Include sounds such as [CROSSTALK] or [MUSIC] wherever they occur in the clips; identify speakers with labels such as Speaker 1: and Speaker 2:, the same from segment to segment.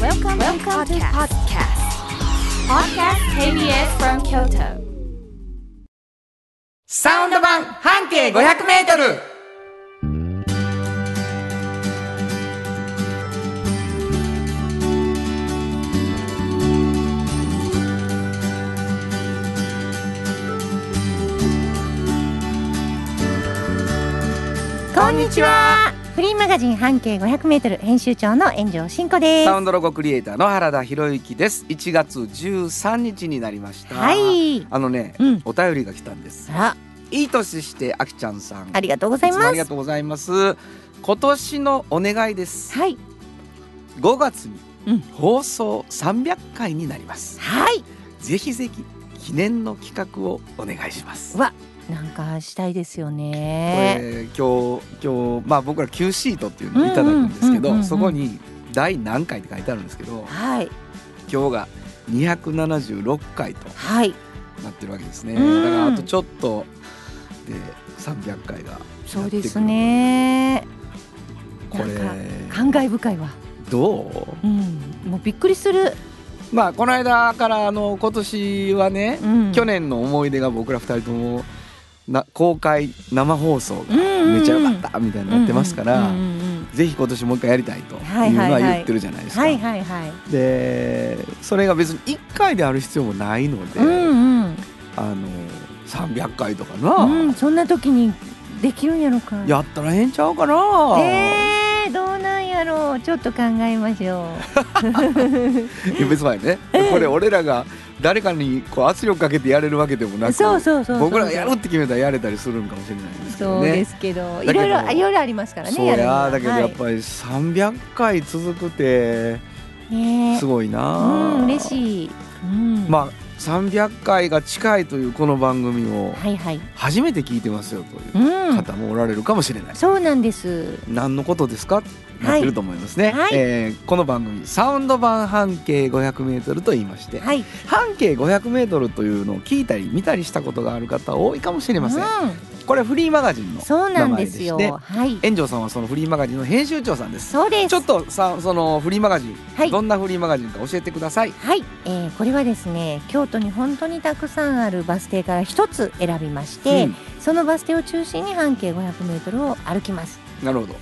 Speaker 1: Welcome, Welcome to podcast. Podcast KBS from Kyoto.
Speaker 2: サウンド版半径500メートル
Speaker 3: こんにちは。フリーマガジン半径500メートル編集長の炎上真子です。
Speaker 2: サウンドロゴクリエイターの原田博之です1月13日になりました
Speaker 3: はい
Speaker 2: あのね、
Speaker 3: うん
Speaker 2: お便りが来たんです
Speaker 3: あら、
Speaker 2: いい年してあきちゃんさん
Speaker 3: ありがとうござい
Speaker 2: つもあ
Speaker 3: ま
Speaker 2: りが
Speaker 3: す。
Speaker 2: とうございます今年のお願いです
Speaker 3: はい、
Speaker 2: 5月に
Speaker 3: うん
Speaker 2: 放送300回になります、
Speaker 3: はい、
Speaker 2: ぜひぜひ記念の企画をお願いします
Speaker 3: わ、なんかしたいですよ
Speaker 2: こ
Speaker 3: ね。
Speaker 2: れ今日今日まあ僕ら Q シートっていうのをいただくんですけ
Speaker 3: うんうんうんう
Speaker 2: ど
Speaker 3: んうん
Speaker 2: そこに第何回って書いてあるんですけど
Speaker 3: はい、
Speaker 2: 今日が276回と
Speaker 3: はい、
Speaker 2: なってるわけですねだ
Speaker 3: うん
Speaker 2: からあとちょっとで300回が
Speaker 3: そうですね。
Speaker 2: これ
Speaker 3: 感慨深いわ。
Speaker 2: ど
Speaker 3: う、
Speaker 2: うん
Speaker 3: もうびっくりする。
Speaker 2: まあこの間からあの今年はね
Speaker 3: うん、
Speaker 2: 去年の思い出が僕ら2人ともな公開生放送
Speaker 3: うんうんうん、
Speaker 2: がめちゃ良かったみたいになってますか
Speaker 3: う
Speaker 2: ら
Speaker 3: んうんうん
Speaker 2: ぜひ今年もう一回やりたいという
Speaker 3: はい
Speaker 2: の
Speaker 3: はいは
Speaker 2: はい言ってるじゃないですか
Speaker 3: はい、。はい、はい。
Speaker 2: でそれが別に1回である必要もないので、
Speaker 3: うん、うん、
Speaker 2: あの300回とかな、
Speaker 3: うん、そんな時にできるんやろか。
Speaker 2: やったらええんちゃうかな、
Speaker 3: えー、どうなんやろうちょっと考えましょ
Speaker 2: いや別にね、これ俺らが誰かにこう圧力かけてやれるわけでもな
Speaker 3: う
Speaker 2: く
Speaker 3: そうそうそう
Speaker 2: 僕らがやるって決めたらやれたりするんかもしれないんですけ
Speaker 3: そ
Speaker 2: ど
Speaker 3: うで
Speaker 2: ね。
Speaker 3: すけど
Speaker 2: けど
Speaker 3: いろいろいろいろありますからね
Speaker 2: そう
Speaker 3: るの
Speaker 2: や
Speaker 3: は
Speaker 2: だけど
Speaker 3: はい
Speaker 2: やっぱり300回続くて
Speaker 3: ね
Speaker 2: すごいうな、
Speaker 3: ん嬉しい、うん、
Speaker 2: まあ300回が近いというこの番組を
Speaker 3: はいはい
Speaker 2: 初めて聞いてますよといううん方もおられるかもしれない、
Speaker 3: そうなんです
Speaker 2: 何のことですかってなってると思いますね、
Speaker 3: はい
Speaker 2: えーこの番組サウンド版半径 500m と言いまして、
Speaker 3: はい
Speaker 2: 半径 500m というのを聞いたり見たりしたことがある方多いかもしれません、
Speaker 3: う
Speaker 2: これフリーマガジンの
Speaker 3: ん、そうなんですよ
Speaker 2: 名前で
Speaker 3: はい
Speaker 2: 炎上さんはそのフリーマガジンの編集長さんです
Speaker 3: そうです
Speaker 2: ちょっとさそのフリーマガジン、
Speaker 3: はい
Speaker 2: どんなフリーマガジンか教えてください
Speaker 3: はい、えー、これはですね京都に本当にたくさんあるバス停から一つ選びまして、
Speaker 2: うん
Speaker 3: そのバス停を中心に半径 500m を歩きます
Speaker 2: なるほど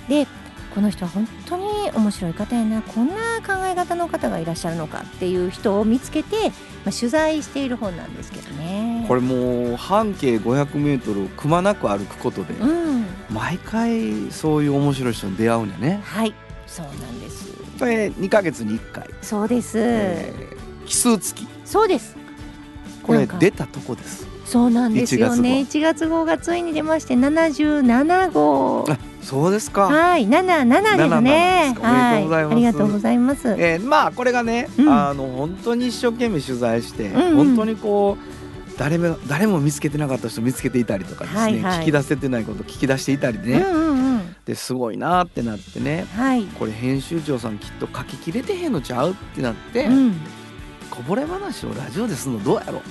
Speaker 3: この人は本当に面白い方やなこんな考え方の方がいらっしゃるのかっていう人を見つけて、まあ、取材している本なんですけどね。
Speaker 2: これもう半径 500m をくまなく歩くことで、
Speaker 3: うん、
Speaker 2: 毎回そういう面白い人に出会うんだね
Speaker 3: はいそうなんです
Speaker 2: これ2ヶ月に1回、
Speaker 3: そうです、
Speaker 2: えー奇数月
Speaker 3: そうです
Speaker 2: これ
Speaker 3: なんか
Speaker 2: 出たとこです
Speaker 3: そうなんですよね
Speaker 2: 1
Speaker 3: 1月号がついに出まして77号
Speaker 2: あそうですか、
Speaker 3: はい77ですね
Speaker 2: 77ですか
Speaker 3: はい
Speaker 2: お
Speaker 3: あ
Speaker 2: め
Speaker 3: り
Speaker 2: で
Speaker 3: が
Speaker 2: と
Speaker 3: と
Speaker 2: う
Speaker 3: う
Speaker 2: ご
Speaker 3: ございます、
Speaker 2: えーまあこれがね、
Speaker 3: うん
Speaker 2: あの本当に一生懸命取材して、
Speaker 3: んうん
Speaker 2: 本当にこう誰も誰も見つけてなかった人見つけていたりとかですね、
Speaker 3: はいはい
Speaker 2: 聞き出せてないこと聞き出していたりね、
Speaker 3: うんうんうん
Speaker 2: ですごいなってなってね
Speaker 3: はい、
Speaker 2: これ編集長さんきっと書ききれてへんのちゃうってなって、
Speaker 3: うん
Speaker 2: こぼれ話をラジオでするのどうやろうって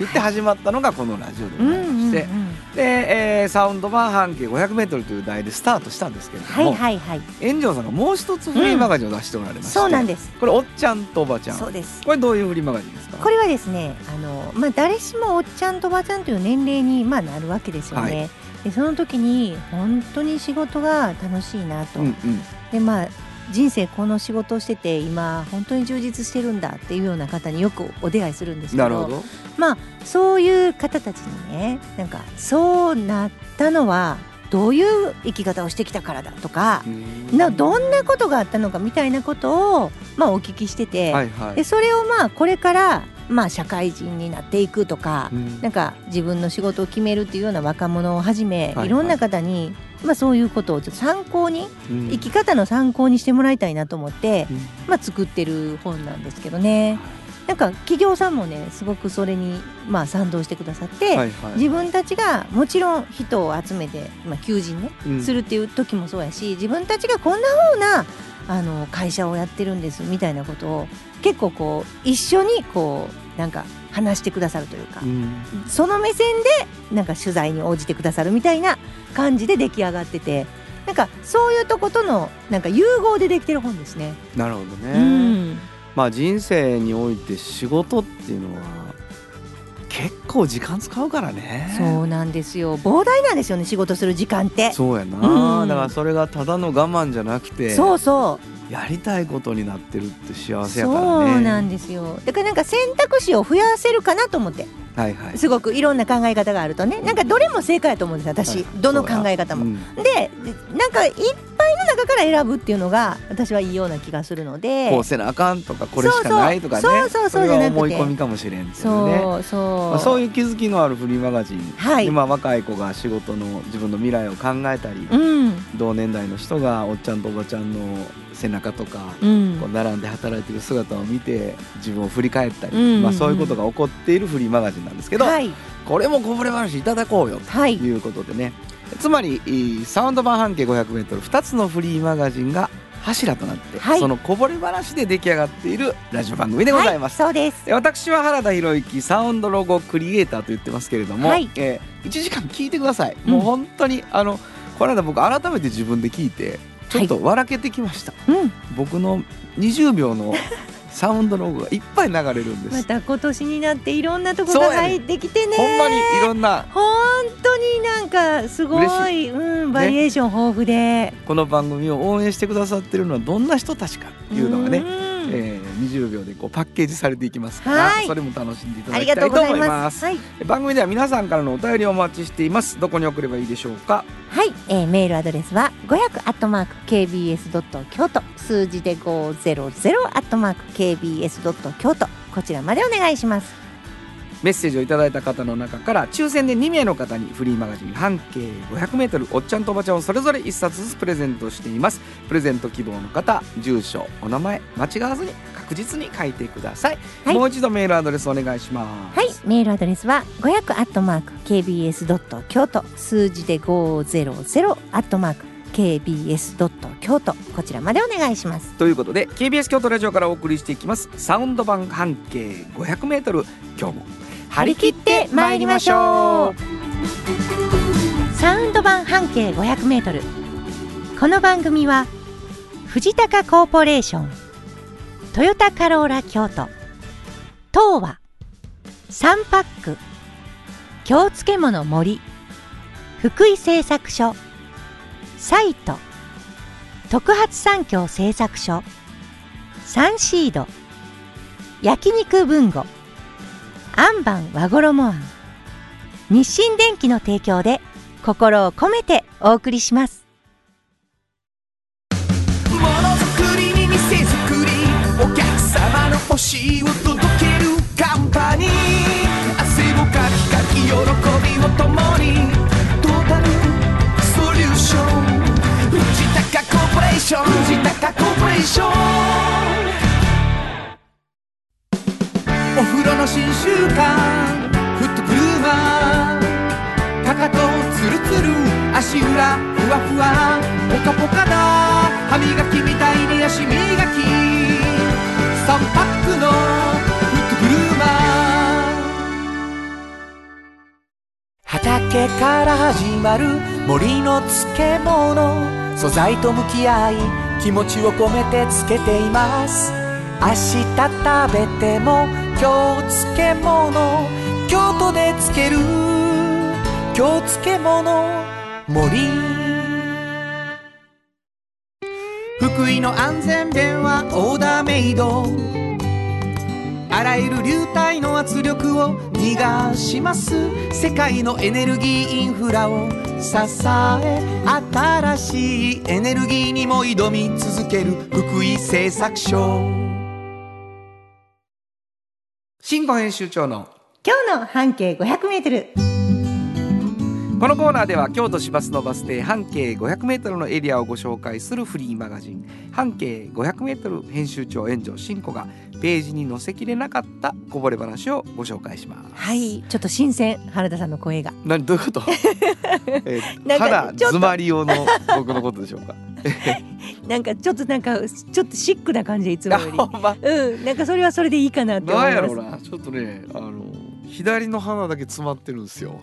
Speaker 2: 言って始まったのがこのラジオで
Speaker 3: う
Speaker 2: ご
Speaker 3: ん
Speaker 2: ざ
Speaker 3: う
Speaker 2: い
Speaker 3: んう
Speaker 2: まし
Speaker 3: ん
Speaker 2: て、で、えーサウンド版半径 500m という題でスタートしたんですけれど
Speaker 3: は
Speaker 2: も、
Speaker 3: いはいはい
Speaker 2: 炎上さんがもう一つフリーマガジンを出しておられまして、
Speaker 3: そうなんです
Speaker 2: これおっちゃんとおばちゃん
Speaker 3: そうです
Speaker 2: これどういうフリーマガジンですか
Speaker 3: これはですねあの、まあ、誰しもおっちゃんとおばちゃんという年齢に、まあ、なるわけですよね、でその時に本当に仕事が楽しいなと、
Speaker 2: うんうん
Speaker 3: でまあ人生この仕事をしてて今本当に充実してるんだっていうような方によくお出会いするんですけ
Speaker 2: な
Speaker 3: ど
Speaker 2: るほど
Speaker 3: そういう方たちにねなんかそうなったのはどういう生き方をしてきたからだとか、などんなことがあったのかみたいなことを、まあ、お聞きしてて、
Speaker 2: はいはい
Speaker 3: でそれをまあこれからまあ社会人になっていくとか、
Speaker 2: うん
Speaker 3: なんか自分の仕事を決めるっていうような若者をはじめ、
Speaker 2: い
Speaker 3: い
Speaker 2: はい
Speaker 3: ろんな方に、まあ、そういうことをちょっと参考に、
Speaker 2: うん
Speaker 3: 生き方の参考にしてもらいたいなと思って、
Speaker 2: うん
Speaker 3: まあ、作ってる本なんですけどねなんか企業さんもねすごくそれにまあ賛同してくださって、
Speaker 2: はいはい
Speaker 3: 自分たちがもちろん人を集めて、まあ、求人ね
Speaker 2: うん
Speaker 3: するっていう時もそうやし自分たちがこんなふうなあの会社をやってるんですみたいなことを結構こう一緒にこうなんか話してくださるというか、
Speaker 2: うん
Speaker 3: その目線でなんか取材に応じてくださるみたいな感じで出来上がっててなんかそういうとことのなんか融合でできてる本ですね。
Speaker 2: なるほどね、
Speaker 3: うん
Speaker 2: まあ人生において仕事っていうのは結構時間使うからね
Speaker 3: そうなんですよ膨大なんですよね仕事する時間って。
Speaker 2: そうやな、
Speaker 3: うん
Speaker 2: だからそれがただの我慢じゃなくて
Speaker 3: そうそう
Speaker 2: やりたいことになってるって幸せやからね
Speaker 3: そうなんですよだからなんか選択肢を増やせるかなと思って
Speaker 2: はいはい
Speaker 3: すごくいろんな考え方があるとねなんかどれも正解だと思うんです私
Speaker 2: はい
Speaker 3: どの考え方も。
Speaker 2: そうや
Speaker 3: でなんかいっぱいの中から選ぶっていうのが私はいいような気がするの
Speaker 2: う
Speaker 3: で
Speaker 2: んこうせなあかんとかこれしかないとかね
Speaker 3: そうそうそうそう
Speaker 2: れ
Speaker 3: じゃ
Speaker 2: が
Speaker 3: なくて
Speaker 2: 思い込みかもしれんっていうね
Speaker 3: そうそう、
Speaker 2: まあ、そういう気づきのあるフリーマガジン、
Speaker 3: はい
Speaker 2: 今若い子が仕事の自分の未来を考えたり、
Speaker 3: うん
Speaker 2: 同年代の人がおっちゃんとおばちゃんの背中とか、
Speaker 3: うん
Speaker 2: こう並んで働いてる姿を見て自分を振り返ったり、
Speaker 3: うんうんうん
Speaker 2: まあ、そういうことが起こっているフリーマガジンなんですけど、
Speaker 3: はい
Speaker 2: これもこぼれ話いただこうよ
Speaker 3: は
Speaker 2: と
Speaker 3: い
Speaker 2: いうことでねつまりえーサウンド版半径 500m2 つのフリーマガジンが柱となって、
Speaker 3: はい
Speaker 2: そのこぼれ話で出来上がっているラジオ番組でございます。
Speaker 3: そうです
Speaker 2: え私は原田博之サウンドロゴクリエイターと言ってますけれども、
Speaker 3: はい
Speaker 2: えー1時間聞いてください、
Speaker 3: うん
Speaker 2: もう本当にあのこの間僕改めて自分で聞いてちょっと笑けてきました、
Speaker 3: うん
Speaker 2: 僕の20秒
Speaker 3: [LAUGHS]
Speaker 2: のサウンドロゴがいっぱい流れるんで、
Speaker 3: ますた今年になっていろんなとこ
Speaker 2: そう
Speaker 3: が
Speaker 2: やね
Speaker 3: 入ってきてね
Speaker 2: ほんまにいろんな
Speaker 3: 本当になんかすご
Speaker 2: 嬉
Speaker 3: いうん、バリエーション豊富で、
Speaker 2: この番組を応援してくださってるのはどんな人たちかっていうのがね、
Speaker 3: ん
Speaker 2: えー20秒でこうパッケージされていきますから、
Speaker 3: はい
Speaker 2: それも楽しんでいただ
Speaker 3: あり
Speaker 2: きた
Speaker 3: が
Speaker 2: いと
Speaker 3: とうござ
Speaker 2: 思
Speaker 3: い
Speaker 2: いま
Speaker 3: ますす。はい、
Speaker 2: 番組では皆さんからのお便りをお待ちしていますどこに送ればいいでしょうか
Speaker 3: はいえーメールアドレスは500アットマーク kbs ドット京都数字で500アットマーク kbs ドット京都こちらまでお願いします。
Speaker 2: メッセージをいただいた方の中から抽選で2名の方にフリーマガジン半径 500m おっちゃんとおばちゃんをそれぞれ1冊ずつプレゼントしていますプレゼント希望の方住所お名前間違わずに確実に書いてください、
Speaker 3: はい
Speaker 2: もう一度メールアドレスお願いします
Speaker 3: はい、メールアドレスは500アットマーク kbs ドット京都数字で500アットマーク kbs ドット京都こちらまでお願いします。
Speaker 2: ということで KBS 京都ラジオからお送りしていきますサウンド版半径 500m 今日も張り切ってまいりましょう
Speaker 3: サウンド版半径500メートル。この番組は藤高コーポレーション、トヨタカローラ京都、東和、サンパック、京漬物森、福井製作所、サイト、特発産業製作所、サンシード、焼肉文吾、アンバン和衣庵、日清電機の提供で心を込めてお送りします
Speaker 4: ものづくりに店づくりお客様の欲しいを届けるカンパニー汗をかきかき喜びを共にトータルソリューション藤高コーポレーション藤高コーポレーションお風呂の新習慣フットグルーマーかかとツルツル足裏ふわふわポカポカだ歯磨きみたいに足磨き3パックのフットグルーマー畑から始まる森の漬物素材と向き合い気持ちを込めて漬けています明日食べても今日漬物京都で漬ける京漬物森福井の安全弁はオーダーメイドあらゆる流体の圧力を逃がします世界のエネルギーインフラを支え新しいエネルギーにも挑み続ける福井製作所
Speaker 2: 新語編集長の
Speaker 3: 今日の半径500メートル
Speaker 2: このコーナーでは京都市バスのバス停半径 500m のエリアをご紹介するフリーマガジン「半径 500m 編集長炎上新子」がページに載せきれなかったこぼれ話をご紹介します。
Speaker 3: はいちょっと新鮮原田さんの声が
Speaker 2: 何どういうこと？ [LAUGHS] え
Speaker 3: な
Speaker 2: ー、
Speaker 3: んか
Speaker 2: 肌
Speaker 3: ちょっと
Speaker 2: 詰まり用の僕のことでし
Speaker 3: [LAUGHS]
Speaker 2: ょうか？
Speaker 3: なんかちょっとなんかちょっとシックな感じでいつもより
Speaker 2: あほんま
Speaker 3: うんなんかそれはそれでいいかなって思
Speaker 2: ないんや
Speaker 3: ま
Speaker 2: ろう
Speaker 3: す
Speaker 2: な。ちょっとねあの左の鼻だけ詰まってるんです
Speaker 3: [LAUGHS]
Speaker 2: よ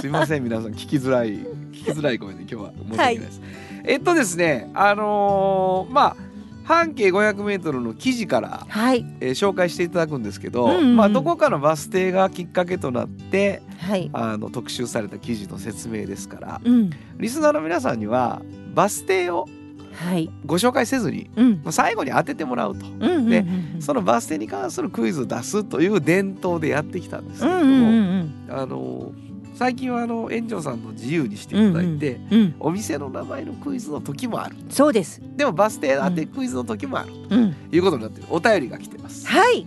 Speaker 2: すいません皆さん聞きづらい聞きづらい声で今日は申し訳ないです、えっとですねあのーまあ半径 500m の記事から、
Speaker 3: はい
Speaker 2: えー紹介していただくんですけど、
Speaker 3: うんうん
Speaker 2: まあ、どこかのバス停がきっかけとなって
Speaker 3: はい
Speaker 2: あの特集された記事の説明ですから
Speaker 3: うん
Speaker 2: リスナーの皆さんにはバス停を
Speaker 3: はい
Speaker 2: ご紹介せずに
Speaker 3: うん
Speaker 2: まあ最後に当ててもらうと、
Speaker 3: うんうんうん
Speaker 2: で
Speaker 3: うん
Speaker 2: そのバス停に関するクイズを出すという伝統でやってきたんですけ
Speaker 3: う
Speaker 2: れど
Speaker 3: ん
Speaker 2: も、
Speaker 3: うんうん
Speaker 2: あの最近はあの園長さんの自由にしていただいて、
Speaker 3: うん
Speaker 2: お店の名前のクイズの時もある
Speaker 3: そうです
Speaker 2: でもバス停当てクイズの時もある
Speaker 3: うん
Speaker 2: ということになってるお便りが来てます。
Speaker 3: はい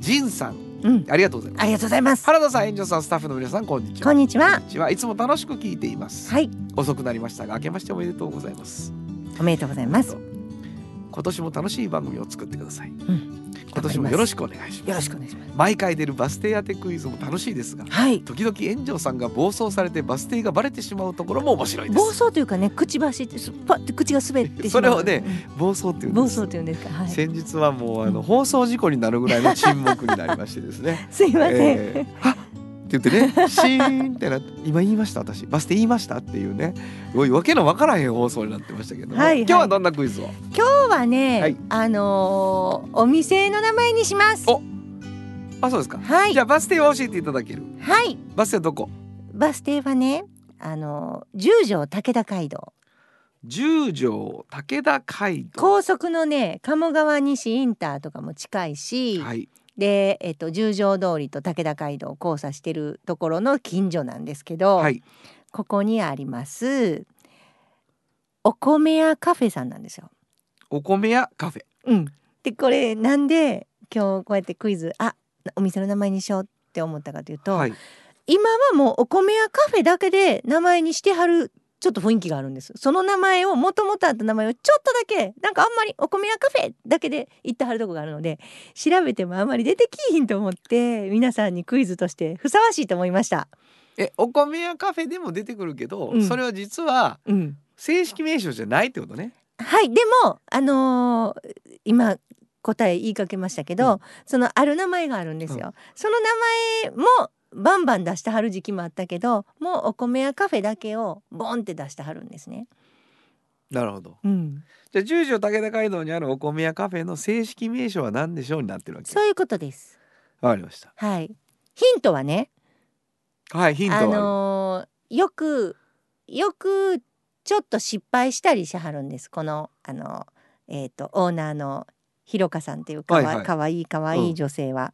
Speaker 2: ジンさん
Speaker 3: うん
Speaker 2: ありがとうございます
Speaker 3: ありがとうございます
Speaker 2: 原田さん、園長さん、スタッフの皆さん、こんにちは。
Speaker 3: こんにちは
Speaker 2: こんにちは。いつも楽しく聞いています。
Speaker 3: はい
Speaker 2: 遅くなりましたが、明けましておめでとうございます。
Speaker 3: おめでとうございますよ
Speaker 2: 今年も楽しい番組を作ってください。
Speaker 3: ん
Speaker 2: 今年もよろしくお願いします。
Speaker 3: ろしくお願いします
Speaker 2: 毎回出るバス停当てクイズも楽しいですが、
Speaker 3: はい
Speaker 2: 時々園長さんが暴走されてバス停がバレてしまうところも面白いです。
Speaker 3: 暴走というかね口ばしってすパって口が滑ってしまう
Speaker 2: それをね暴走ってい
Speaker 3: うん
Speaker 2: うん
Speaker 3: 暴
Speaker 2: です
Speaker 3: 走というんですかはい
Speaker 2: 先日はもうあの
Speaker 3: うん。
Speaker 2: 放送事故になるぐらいの沈黙になりましてですね
Speaker 3: [LAUGHS] すいません、
Speaker 2: えーあって言ってね、シーンってなって、今言いました私、バス停言いましたっていうね、すごいわけのわからへん放送になってましたけども、
Speaker 3: はいはい
Speaker 2: 今日はどんなクイズを、
Speaker 3: 今日はね、
Speaker 2: はい
Speaker 3: あのーお店の名前にします
Speaker 2: おあそうですか。
Speaker 3: はい
Speaker 2: じゃあバス停を教えていただける。
Speaker 3: はい
Speaker 2: バス停どこ？
Speaker 3: バス停はねあのー十条武田街道
Speaker 2: 十条武田街道。
Speaker 3: 高速のね鴨川西インターとかも近いし、
Speaker 2: はい。
Speaker 3: で、えっと、十条通りと武田街道を交差してるところの近所なんですけど、
Speaker 2: はい。
Speaker 3: ここにありますお米屋カフェさんなんですよ。
Speaker 2: お米屋カフェ。
Speaker 3: うん、でこれなんで今日こうやってクイズあお店の名前にしようって思ったかというと、
Speaker 2: はい。
Speaker 3: 今はもうお米屋カフェだけで名前にしてはるちょっと雰囲気があるんですその名前をもともとあった名前をちょっとだけなんかあんまりお米屋カフェだけで言ってはるとこがあるので調べてもあんまり出てきひんと思って皆さんにクイズとしてふさわしいと思いました。
Speaker 2: え、お米屋カフェでも出てくるけど、
Speaker 3: うん
Speaker 2: それは実は
Speaker 3: うん、
Speaker 2: 正式名称じゃないってことね。
Speaker 3: はいでもあのー今答え言いかけましたけど、
Speaker 2: う
Speaker 3: そのある名前があるんですよ、その名前もバンバン出してはる時期もあったけどもうお米屋カフェだけをボンって出してはるんですね。
Speaker 2: なるほど。
Speaker 3: うん、
Speaker 2: じゃあ十条武田街道にあるお米屋カフェの正式名称は何でしょうになってるわけ。
Speaker 3: そういうことです。
Speaker 2: わかりました。
Speaker 3: はい。ヒントはね、
Speaker 2: はい、ヒントはあ
Speaker 3: あ
Speaker 2: る。
Speaker 3: のーよくよくちょっと失敗したりしはるんです。このあのえっ、とオーナーのひろかさんっていうかわ,、
Speaker 2: はいはい
Speaker 3: かわいいかわい
Speaker 2: うん
Speaker 3: い女性は、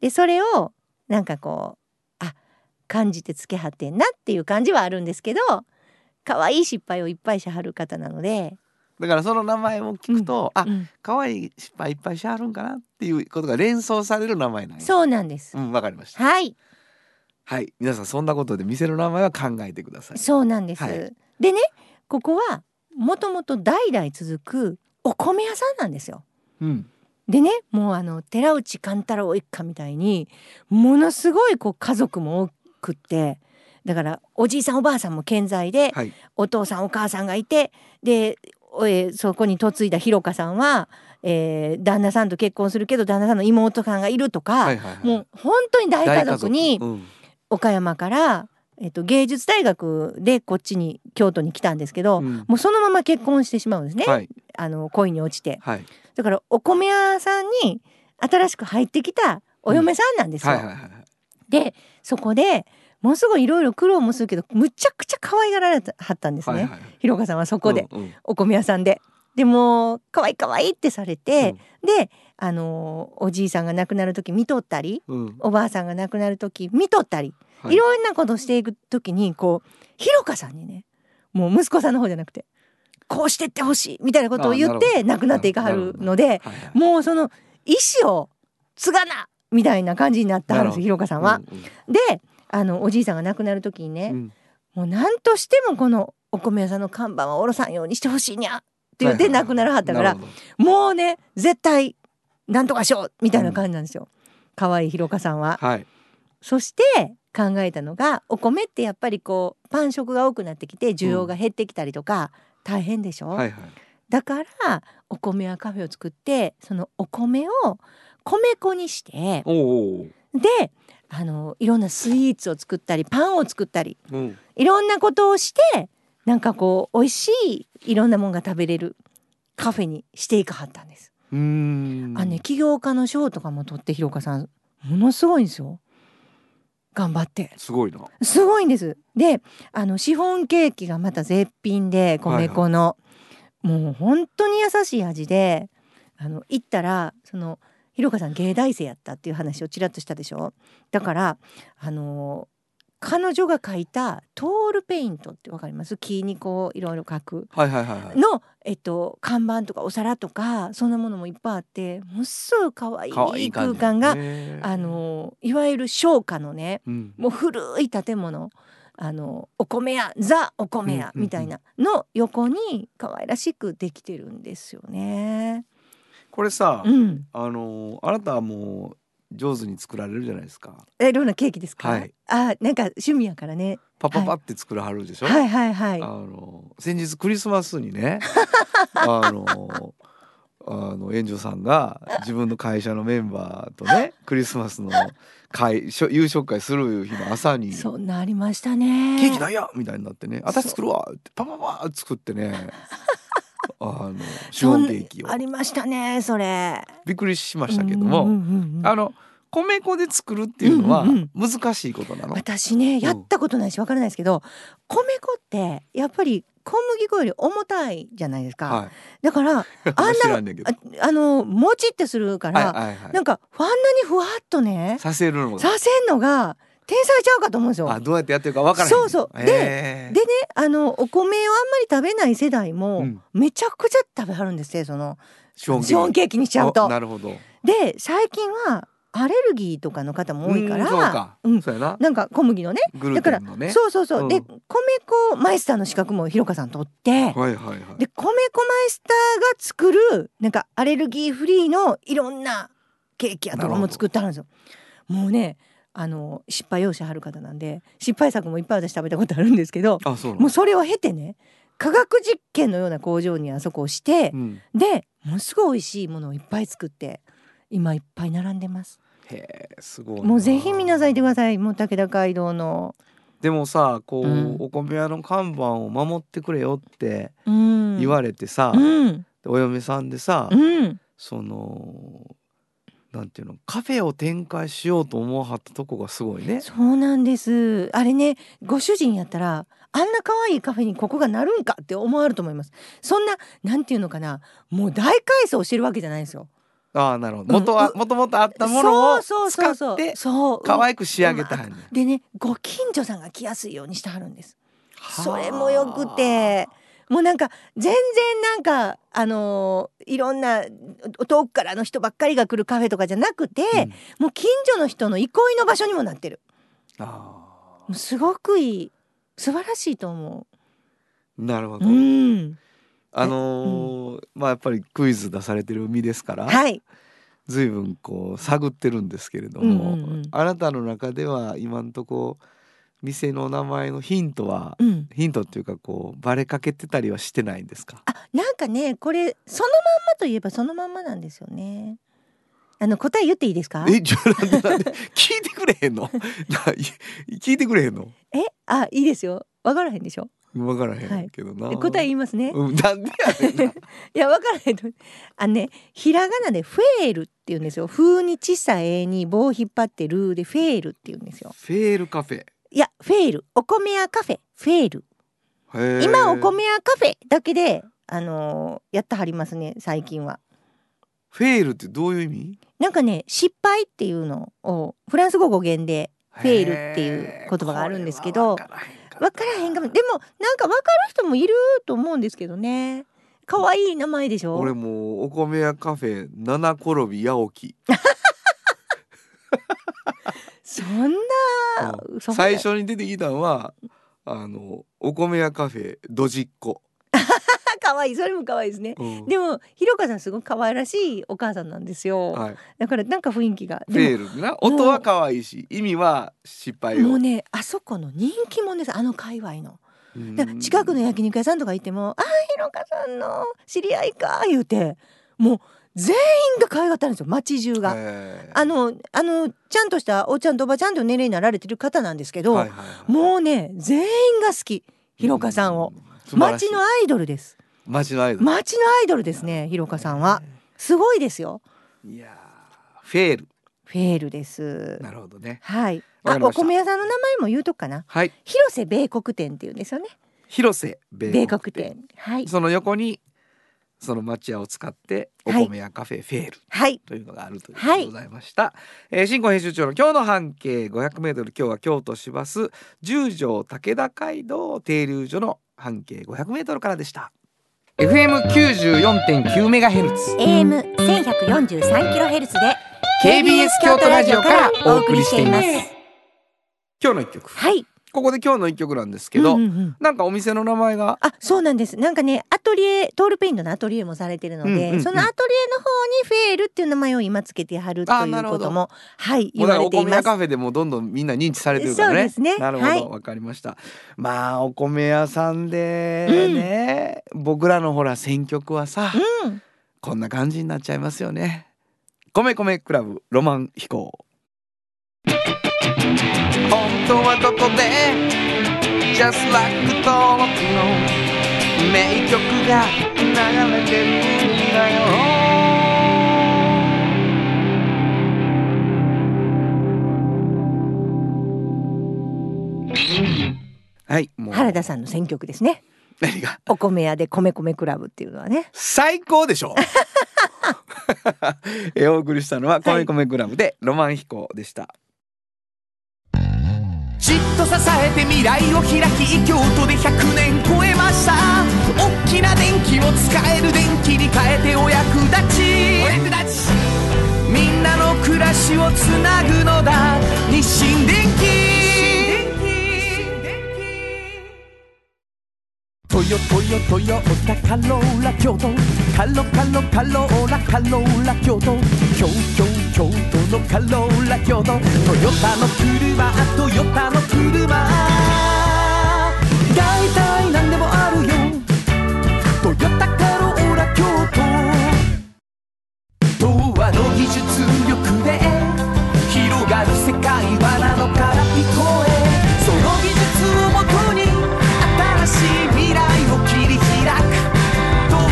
Speaker 3: でそれをなんかこうあ感じてつけはってんなっていう感じはあるんですけど、かわいい失敗をいっぱいしはる方なので、
Speaker 2: だからその名前も聞くと、あ
Speaker 3: う、ん
Speaker 2: 可愛い失敗いっぱいしはるんかなっていうことが連想される名前なんや。
Speaker 3: そうなんです。
Speaker 2: うん、わかりました。
Speaker 3: はい。
Speaker 2: はい、皆さんそんなことで店の名前は考えてください。
Speaker 3: そうなんです。
Speaker 2: はい
Speaker 3: でね、ここはもともと代々続くお米屋さんなんですよ。
Speaker 2: うん。
Speaker 3: でね、もうあの寺内貫太郎一家みたいにものすごいこう家族も多くって。だからおじいさんおばあさんも健在で、
Speaker 2: はい。
Speaker 3: お父さんお母さんがいてで、おえーそこに嫁いだひろかさんは、えー旦那さんと結婚するけど旦那さんの妹さんがいるとか、
Speaker 2: はいはいはい。
Speaker 3: もう本当に大家族に
Speaker 2: うん
Speaker 3: 岡山から、えっと芸術大学でこっちに京都に来たんですけど、
Speaker 2: うん
Speaker 3: もうそのまま結婚してしまうんですね、
Speaker 2: はい
Speaker 3: あの恋に落ちて
Speaker 2: はい
Speaker 3: だからお米屋さんに新しく入ってきたお嫁さんなんですよ。
Speaker 2: はいはいはいはい。
Speaker 3: でそこでものすごいいろいろ苦労もするけどむちゃくちゃ可愛がられたはったんですね、
Speaker 2: はいはいはい。
Speaker 3: ひろかさんはそこで、
Speaker 2: うんうん
Speaker 3: お米屋さんで。でも可愛い可愛いってされて、であのおじいさんが亡くなる時見とったり
Speaker 2: うんうん
Speaker 3: おばあさんが亡くなる時見とったり
Speaker 2: はい
Speaker 3: いろんなことをしていくときにこうひろかさんにねもう息子さんの方じゃなくてこうしてってほしいみたいなことを言っ
Speaker 2: あ
Speaker 3: て
Speaker 2: なるほ
Speaker 3: 亡
Speaker 2: ど
Speaker 3: くなっていかはるので
Speaker 2: はいはい
Speaker 3: もうその意思を継がなみたいな感じになったはるんですよひろかさんは。
Speaker 2: うんうん
Speaker 3: であのおじいさんが亡くなる時にね、
Speaker 2: うん
Speaker 3: もう何としてもこのお米屋さんの看板は下ろさんようにしてほしいにゃって言っ
Speaker 2: は
Speaker 3: て
Speaker 2: いはいはい
Speaker 3: 亡くならはったから
Speaker 2: なるほど
Speaker 3: もうね絶対なんとかしようみたいな感じなんですよ可愛いひろかさんは。
Speaker 2: はい。
Speaker 3: そして考えたのがお米ってやっぱりこうパン食が多くなってきて需要が減ってきたりとか大変でしょ、
Speaker 2: はいはい。
Speaker 3: だからお米やカフェを作ってそのお米を米粉にして
Speaker 2: おうおう。
Speaker 3: であのいろんなスイーツを作ったりパンを作ったり
Speaker 2: うん
Speaker 3: いろんなことをしてなんかこう美味しいいろんなもんが食べれるカフェにしていかはったんです。
Speaker 2: うーん
Speaker 3: あのね起業家の賞とかも取ってひろかさんものすごいんですよ。頑張って
Speaker 2: すごいな
Speaker 3: すごいんです。であのシフォンケーキがまた絶品で
Speaker 2: はいはい
Speaker 3: 米粉の、もう本当に優しい味であの行ったらそのひろかさん芸大生やったっていう話をちらっとしたでしょだからあの彼女が描いたトールペイントってわかります木にこういろいろ描く
Speaker 2: はいはいはいはい
Speaker 3: の、えっと、看板とかお皿とかそんなものもいっぱいあってものすごい可愛
Speaker 2: 可愛
Speaker 3: い
Speaker 2: 感
Speaker 3: 空
Speaker 2: じ
Speaker 3: 間が
Speaker 2: ね
Speaker 3: あのいわゆる商家のね
Speaker 2: うん
Speaker 3: もう古い建物あのお米屋ザお米屋
Speaker 2: うんうんうん
Speaker 3: みたいなの横に可愛らしくできてるんですよね。
Speaker 2: これさ
Speaker 3: うん、
Speaker 2: あのあなたはもう上手に作られるじゃないですか
Speaker 3: えどんなケーキですか、
Speaker 2: はい
Speaker 3: あなんか趣味やからね
Speaker 2: パパパって作らはるでしょ、
Speaker 3: はいはいはい
Speaker 2: あの先日クリスマスに
Speaker 3: [LAUGHS]
Speaker 2: ねあのあの園長さんが自分の会社のメンバーとねクリスマスの会しょ夕食会する日の朝に「ケ
Speaker 3: そうなりましたね。
Speaker 2: ーキないや!」みたいになってね「私
Speaker 3: そう
Speaker 2: 作るわ!」ってパパパって作って
Speaker 3: [LAUGHS]
Speaker 2: ねあのシフ
Speaker 3: そ
Speaker 2: ォ
Speaker 3: ん
Speaker 2: ンケーキを
Speaker 3: ありましたねそれ。
Speaker 2: びっくりしましたけども、
Speaker 3: うんうんうん
Speaker 2: あの米粉で作るっていうのは
Speaker 3: うん
Speaker 2: 難しいことなの。
Speaker 3: 私ねやったことないしわからないですけど、米粉ってやっぱり小麦粉より重たいじゃないですか、
Speaker 2: は
Speaker 3: だから
Speaker 2: い、
Speaker 3: あん
Speaker 2: [LAUGHS] 知
Speaker 3: な
Speaker 2: らんねんけど
Speaker 3: ああのもちってするか
Speaker 2: はい
Speaker 3: ら、
Speaker 2: はいは
Speaker 3: なんかあんなにふわっとね
Speaker 2: い、させるのも
Speaker 3: させんのが天才ちゃうかと思うんですよ。
Speaker 2: あ
Speaker 3: あ
Speaker 2: どうやってやってるかわからへん
Speaker 3: そうそうで
Speaker 2: へー
Speaker 3: でのお米をあんまり食べない世代も、
Speaker 2: うん
Speaker 3: めちゃくちゃ食べはるんですよその
Speaker 2: ショーン
Speaker 3: ショーン
Speaker 2: ケーキ
Speaker 3: ケーキにしちゃうと
Speaker 2: お。なるほど
Speaker 3: で最近はアレルギーとかの方も多いか
Speaker 2: う
Speaker 3: ら
Speaker 2: んそうか、
Speaker 3: うん
Speaker 2: そうやな
Speaker 3: なんか小麦のね
Speaker 2: グルテンのね
Speaker 3: そうそうそう、
Speaker 2: うん
Speaker 3: で米粉マイスターの資格もひろかさん取って、
Speaker 2: はいはいはい
Speaker 3: で米粉マイスターが作るなんかアレルギーフリーのいろんなケーキやとかも作ってあるんですよ。もうねあの失敗容赦ある方なんで失敗作もいっぱい私食べたことあるんですけど
Speaker 2: あそうな
Speaker 3: も
Speaker 2: の
Speaker 3: うそれを経てね科学実験のような工場にあそこをして
Speaker 2: う、ん、
Speaker 3: でものすごい美味しいものをいっぱい作って今いっぱい並んでます。
Speaker 2: へえすごいな
Speaker 3: もうぜひ皆さんいてくださいもう武田街道の。
Speaker 2: でもさこう、
Speaker 3: うん
Speaker 2: お米屋の看板を守ってくれよって
Speaker 3: うん、
Speaker 2: 言われてさ、
Speaker 3: うん
Speaker 2: お嫁さんでさ、
Speaker 3: うん
Speaker 2: そのなんていうのカフェを展開しようと思わはったとこがすごいね
Speaker 3: そうなんです。あれね、ご主人やったら、あんな可愛いカフェにここがなるんかって思われると思います。そんな、なんていうのかな、もう大改装してるわけじゃないんですよ。
Speaker 2: ああなるほど
Speaker 3: うん
Speaker 2: 元は、もともとあったものを
Speaker 3: そう
Speaker 2: 使
Speaker 3: そ
Speaker 2: っ
Speaker 3: うそう
Speaker 2: て
Speaker 3: そう、
Speaker 2: 可
Speaker 3: い
Speaker 2: 愛く仕上げたはんねん
Speaker 3: でね、ご近所さんが来やすいようにしてはるんです。
Speaker 2: はあ
Speaker 3: それもよくて。もうなんか全然なんかあのーいろんな遠くからの人ばっかりが来るカフェとかじゃなくて、
Speaker 2: うん
Speaker 3: もう近所の人の憩いの場所にもなってる
Speaker 2: あ
Speaker 3: もうすごくいい素晴らしいと思う
Speaker 2: ーなるほど、
Speaker 3: うん、
Speaker 2: あのーまあやっぱりクイズ出されてる身ですから、
Speaker 3: はい、
Speaker 2: 随分こう探ってるんですけれど
Speaker 3: うん
Speaker 2: も、
Speaker 3: うんうん
Speaker 2: あなたの中では今んとこ店の名前のヒントは、
Speaker 3: うん、
Speaker 2: ヒントっていうかこうバレかけてたりはしてないんですか
Speaker 3: あなんかねこれそのまんまといえばそのまんまなんですよねあの答え言っていいですか
Speaker 2: えじゃあなんでなんで [LAUGHS] 聞いてくれへんの [LAUGHS] ない聞いてくれへんの
Speaker 3: えあいいですよわからへんでしょ
Speaker 2: 分からへんけどな、
Speaker 3: で答え言いますね
Speaker 2: うんなんでやね
Speaker 3: [LAUGHS]
Speaker 2: んな
Speaker 3: いやわからへんとあのねひらがなでフェールって言うんですよ風に小さい絵に棒を引っ張ってるでフェールって言うんですよ
Speaker 2: フェールカフェ
Speaker 3: いやフェールお米屋カフェフェール
Speaker 2: へー
Speaker 3: 今お米屋カフェだけであのーやってはりますね最近は
Speaker 2: フェールってどういう意味
Speaker 3: なんかね失敗っていうのをフランス語語源でフェールっていう言葉があるんですけど
Speaker 2: へーこれは
Speaker 3: 分
Speaker 2: 分
Speaker 3: か
Speaker 2: からら
Speaker 3: へ
Speaker 2: へ
Speaker 3: ん
Speaker 2: んか
Speaker 3: かも
Speaker 2: も
Speaker 3: でもなんか分かる人もいると思うんですけどね可愛い名前でしょ
Speaker 2: 俺もうお米屋カフェ七転び八起き
Speaker 3: そんな
Speaker 2: うん
Speaker 3: そんな
Speaker 2: 最初に出てきたのはあのお米屋カフェドジっ子、
Speaker 3: あ可愛いそれも可愛いですね
Speaker 2: うん
Speaker 3: でもひろかさんすごい可愛らしいお母さんなんですよ、
Speaker 2: はい、
Speaker 3: だからなんか雰囲気が
Speaker 2: フ
Speaker 3: で
Speaker 2: ェールってな音は可愛いし意味は失敗
Speaker 3: もも
Speaker 2: を
Speaker 3: うねあそこの人気者ですあの界隈の
Speaker 2: うん
Speaker 3: だから近くの焼肉屋さんとか行っても「あーひろかさんの知り合いか」言うてもう全員が可愛がったんですよ町中が。
Speaker 2: えー
Speaker 3: あのあのちゃんとしたおちゃんとおばちゃんと年齢になられてる方なんですけど、
Speaker 2: はいはいはい
Speaker 3: もうね全員が好きひろかさんを
Speaker 2: う。素晴らしい
Speaker 3: 町のアイドルです
Speaker 2: 街のアイドル
Speaker 3: 町のアイドルですねひろかさんはすごいですよ
Speaker 2: いやーフェール
Speaker 3: フェールです
Speaker 2: なるほどね
Speaker 3: はい
Speaker 2: わか
Speaker 3: あ
Speaker 2: りま
Speaker 3: お
Speaker 2: した
Speaker 3: 米屋さんの名前も言うとくかな
Speaker 2: はい
Speaker 3: 広瀬米国店っていうんですよね
Speaker 2: 広瀬
Speaker 3: 米
Speaker 2: 米
Speaker 3: 国
Speaker 2: 国
Speaker 3: 店
Speaker 2: 店
Speaker 3: はい
Speaker 2: その横にその町屋を使ってお
Speaker 3: はい
Speaker 2: 米やカフェフェール
Speaker 3: はい
Speaker 2: というのがあるというこ
Speaker 3: は
Speaker 2: と
Speaker 3: い
Speaker 2: でございました、えー新婚編集長の今日の半径 500m 今日は京都市バス十条武田街道停留所の半径 500m からでした FM94.9 メガヘルツ
Speaker 5: AM 1 1 4 3キロヘルツで
Speaker 2: KBS 京都ラジオからお送りしています今日の一曲
Speaker 3: はい
Speaker 2: ここで今日の一曲なんですけど、
Speaker 3: うんうんうん
Speaker 2: なんかお店の名前が
Speaker 3: あそうなんですなんかねアトリエトールペイントのアトリエもされてるので、
Speaker 2: うんうんうん
Speaker 3: そのアトリエの方にフェールっていう名前を今つけてはると
Speaker 2: あ
Speaker 3: い
Speaker 2: な
Speaker 3: う
Speaker 2: る
Speaker 3: こ
Speaker 2: ほど
Speaker 3: ともはい
Speaker 2: も
Speaker 3: 言
Speaker 2: うだから
Speaker 3: われ
Speaker 2: お
Speaker 3: てい
Speaker 2: 米
Speaker 3: ま
Speaker 2: 屋
Speaker 3: す
Speaker 2: カフェでもうどんどんみんな認知されてるからね
Speaker 3: そうですね
Speaker 2: なるほど、
Speaker 3: はい
Speaker 2: わかりましたまあお米屋さんでね、僕らのほら選曲はさ、
Speaker 3: うん
Speaker 2: こんな感じになっちゃいますよね米米クラブロマン飛行本当はどこで Just like 登録の名曲が流れてるんだよはいもう
Speaker 3: 原田さんの選曲ですね
Speaker 2: 何が
Speaker 3: お米屋で米米クラブっていうのはね
Speaker 2: 最高でしょ [LAUGHS] えお送りしたのは「コメコメクラブ」で「ロマン飛行」でした。
Speaker 4: じっと支えて未来を開き京都で100年超えました大きな電気を使える電気に変えてお役立ちお役立ちみんなの暮らしをつなぐのだ日清電気トヨトヨトヨタカローラ京都カロカロカローラカローラ京都京京京都のカローラ京都トヨタの車トヨタの車大体何でもあるよトヨタカローラ京都童話の技術力で広がる世界はなのから聞こえその技術をもとに新しい未来を切り開く童話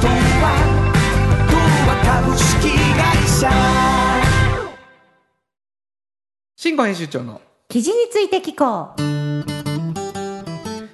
Speaker 4: 童話童話株式会社
Speaker 2: 新語編集長の
Speaker 5: 記事について聞こう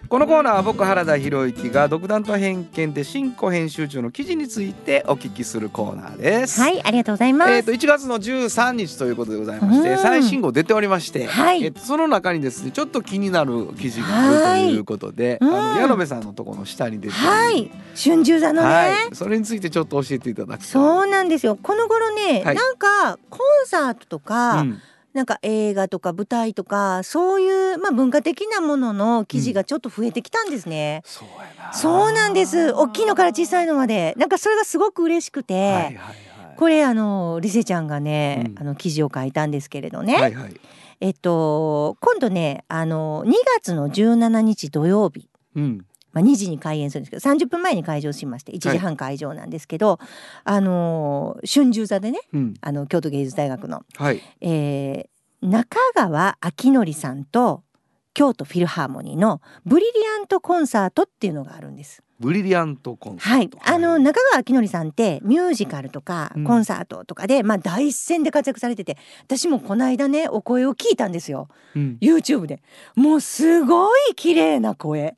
Speaker 2: このコーナーは僕原田博之が独断と偏見で新語編集長の記事についてお聞きするコーナーです。
Speaker 5: はいありがとうございま
Speaker 2: えー、
Speaker 5: す
Speaker 2: と1月の13日ということでございまして、
Speaker 3: うん
Speaker 2: 最新号出ておりまして、
Speaker 5: はい
Speaker 2: えーとその中にですねちょっと気になる記事があるということで、
Speaker 3: は
Speaker 2: あ
Speaker 3: いうん
Speaker 2: の矢野部さんのところの下に出てる、
Speaker 3: はい春秋座のね、
Speaker 2: はい、それについてちょっと教えていただくと
Speaker 3: そうなんですよこの頃ね、
Speaker 2: はい
Speaker 3: なんかコンサートとか、
Speaker 2: うん
Speaker 3: なんか映画とか舞台とかそういう、まあ、文化的なものの記事がちょっと増えてきたんですね。
Speaker 2: そうやな
Speaker 3: そうなんです大きいのから小さいのまでなんかそれがすごく嬉しくて、
Speaker 2: はいはいはい
Speaker 3: これあのリセちゃんがね、
Speaker 2: うん
Speaker 3: あの記事を書いたんですけれどね、
Speaker 2: はいはい。
Speaker 3: えっと今度ねあの2月の17日土曜日、
Speaker 2: うん。
Speaker 3: まあ、2時に開演するんですけど30分前に開場しまして1時半会場なんですけど、あの春秋座でね
Speaker 2: うん。
Speaker 3: あの京都芸術大学の、
Speaker 2: はい。
Speaker 3: えー中川明典さんと京都フィルハーモニーの「ブリリアントコンサート」っていうのがあるんです。
Speaker 2: ブリリアントコンサ
Speaker 3: は
Speaker 2: ー
Speaker 3: い
Speaker 2: ト。、
Speaker 3: あの
Speaker 2: はい
Speaker 3: 中川明典さんってミュージカルとか
Speaker 2: うん
Speaker 3: コンサートとかで、まあ第一線で活躍されてて私もこの間ねお声を聞いたんですよ
Speaker 2: うん
Speaker 3: YouTube でもうすごい綺麗な声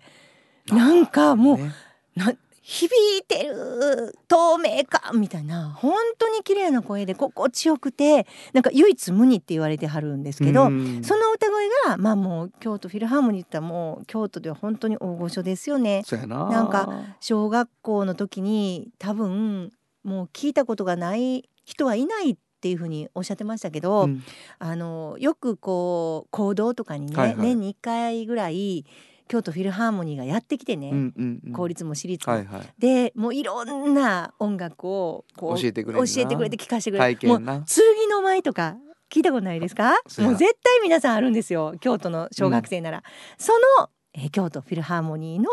Speaker 3: なんかもう、
Speaker 2: ね
Speaker 3: な響いてる透明感みたいな本当に綺麗な声で心地よくてなんか唯一無二って言われてはるんですけ
Speaker 2: う
Speaker 3: ど、
Speaker 2: ん
Speaker 3: その歌声がまあもう京都フィルハーモニーって言ったらもう京都では本当に大御所ですよね。
Speaker 2: そうやな。
Speaker 3: なんか小学校の時に多分もう聞いたことがない人はいないっていうふうにおっしゃってましたけど、
Speaker 2: うん
Speaker 3: あのよくこう行動とかにね、
Speaker 2: はいはい
Speaker 3: 年に1回ぐらい京都フィルハーモニーがやってきてね、
Speaker 2: うんうんうん。
Speaker 3: 公立も私立も、
Speaker 2: はいはい。
Speaker 3: でもういろんな音楽をこう
Speaker 2: 教えてくれるな
Speaker 3: 教えてくれて聞かせてくれ
Speaker 2: 体
Speaker 3: るもう
Speaker 2: 験な。
Speaker 3: 剣の舞とか聞いたことないですか
Speaker 2: そうや
Speaker 3: もう絶対皆さんあるんですよ京都の小学生なら、そのえー京都フィルハーモニーの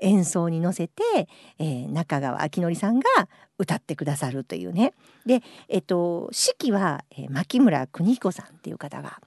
Speaker 3: 演奏に乗せて、えー中川明則さんが歌ってくださるというねで、えっと指揮は、えー牧村邦彦さんっていう方が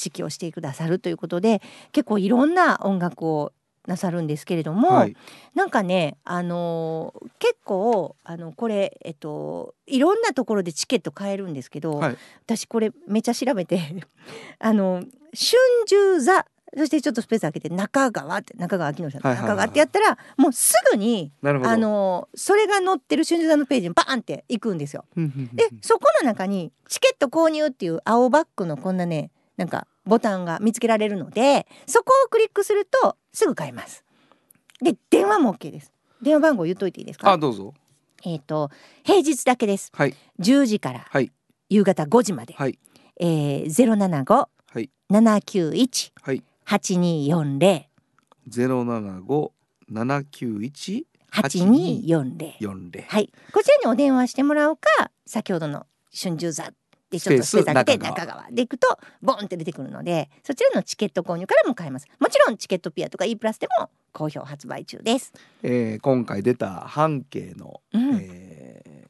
Speaker 3: 指揮をしてくださるということで結構いろんな音楽をなさるんですけれども、
Speaker 2: はい
Speaker 3: なんかね、あのー結構あのこれ、えっと、いろんなところでチケット買えるんですけど、
Speaker 2: はい
Speaker 3: 私これめっちゃ調べて [LAUGHS] あの春秋座そしてちょっとスペース開けて中川って中川明乃さん、
Speaker 2: はいはいはい
Speaker 3: 中川ってやったらもうすぐに
Speaker 2: なるほど
Speaker 3: あのーそれが載ってる春秋座のページにバーンって行くんですよ。
Speaker 2: うんうんうん
Speaker 3: でそこの中にチケット購入っていう青バッグのこんなねなんかボタンが見つけられるのでそこをクリックするとすぐ買えます。で電話も OK です。電話番号言っといていいです
Speaker 2: あ
Speaker 3: か
Speaker 2: どうぞ
Speaker 3: えっ、と平日だけです
Speaker 2: はい
Speaker 3: 10時から
Speaker 2: はい
Speaker 3: 夕方5時まで、
Speaker 2: はい
Speaker 3: えー、075
Speaker 2: はい
Speaker 3: 七九一
Speaker 2: はい
Speaker 3: 八二四零
Speaker 2: ゼロ七五七九一
Speaker 3: 八二四零
Speaker 2: 四零
Speaker 3: はいこちらにお電話してもらうか先ほどの春秋座でちょっとスペース開け
Speaker 2: ス
Speaker 3: て
Speaker 2: ペース
Speaker 3: 中
Speaker 2: 中
Speaker 3: 川で行くとボンって出てくるのでそちらのチケット購入からも買えますもちろんチケットピアとか E プラスでも好評発売中です、
Speaker 2: えー、今回出た半径の、
Speaker 3: うん
Speaker 2: えー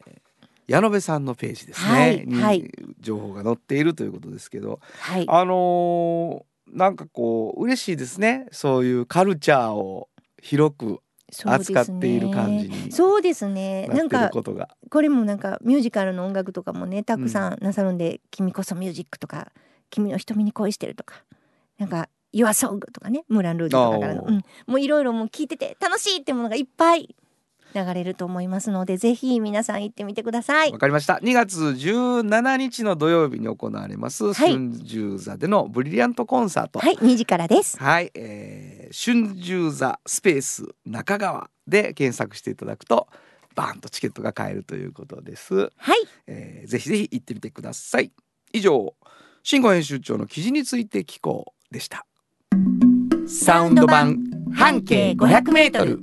Speaker 2: 矢野部さんのページですね、
Speaker 3: はい
Speaker 2: に
Speaker 3: はい
Speaker 2: 情報が載っているということですけど、
Speaker 3: はい
Speaker 2: あのーなんかこう嬉しいですねそういうカルチャーを広く
Speaker 3: そうですね
Speaker 2: 扱っている感じに
Speaker 3: そうですね
Speaker 2: な
Speaker 3: な
Speaker 2: っ
Speaker 3: ん
Speaker 2: てる
Speaker 3: か
Speaker 2: ことが
Speaker 3: これもなんかミュージカルの音楽とかもねたくさんなさるんで「君こそミュージック」とか「君の瞳に恋してる」とかなんか「Your Song」とかね「ムーラン・ルージュ」とかからの、
Speaker 2: あー
Speaker 3: うん、もういろいろもう聞いてて楽しいってものがいっぱい流れると思いますのでぜひ皆さん行ってみてください
Speaker 2: わ。かりました2月17日の土曜日に行われます
Speaker 3: はい
Speaker 2: 春秋座でのブリリアントコンサート
Speaker 3: はい2時からです。
Speaker 2: はい、えー、春秋座スペース中川で検索していただくとバーンとチケットが買えるということです、
Speaker 3: はい
Speaker 2: えーぜひぜひ行ってみてください以上新語編集長の記事について寄稿でしたサウンド版半径500メートル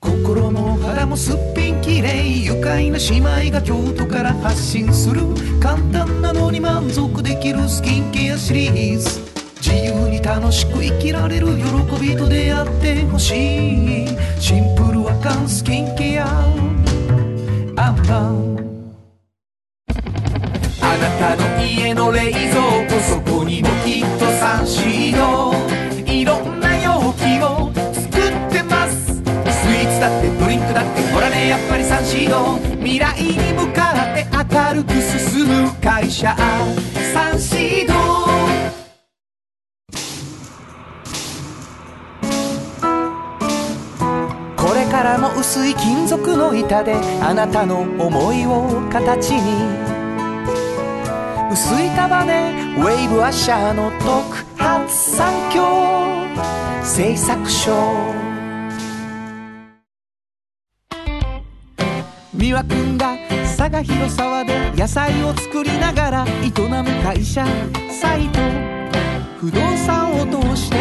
Speaker 4: 心も肌もすっぴんきれい愉快な姉妹が京都から発信する簡単なのに満足できるスキンケアシリーズ自由に楽しく生きられる喜びと出会ってほしいシンプルアカンスキンケアアンパンあなたの家の冷蔵庫そこにもきっとサンシードいろんな容器を作ってますスイーツだってドリンクだってほらねやっぱりサンシード未来に向かって明るく進む会社サンシードこれからも薄い金属の板であなたの思いを形に薄い束ねウェイブアッシャーの特発産業製作所美和くんが佐賀広沢で野菜を作りながら営む会社サイト不動産を通して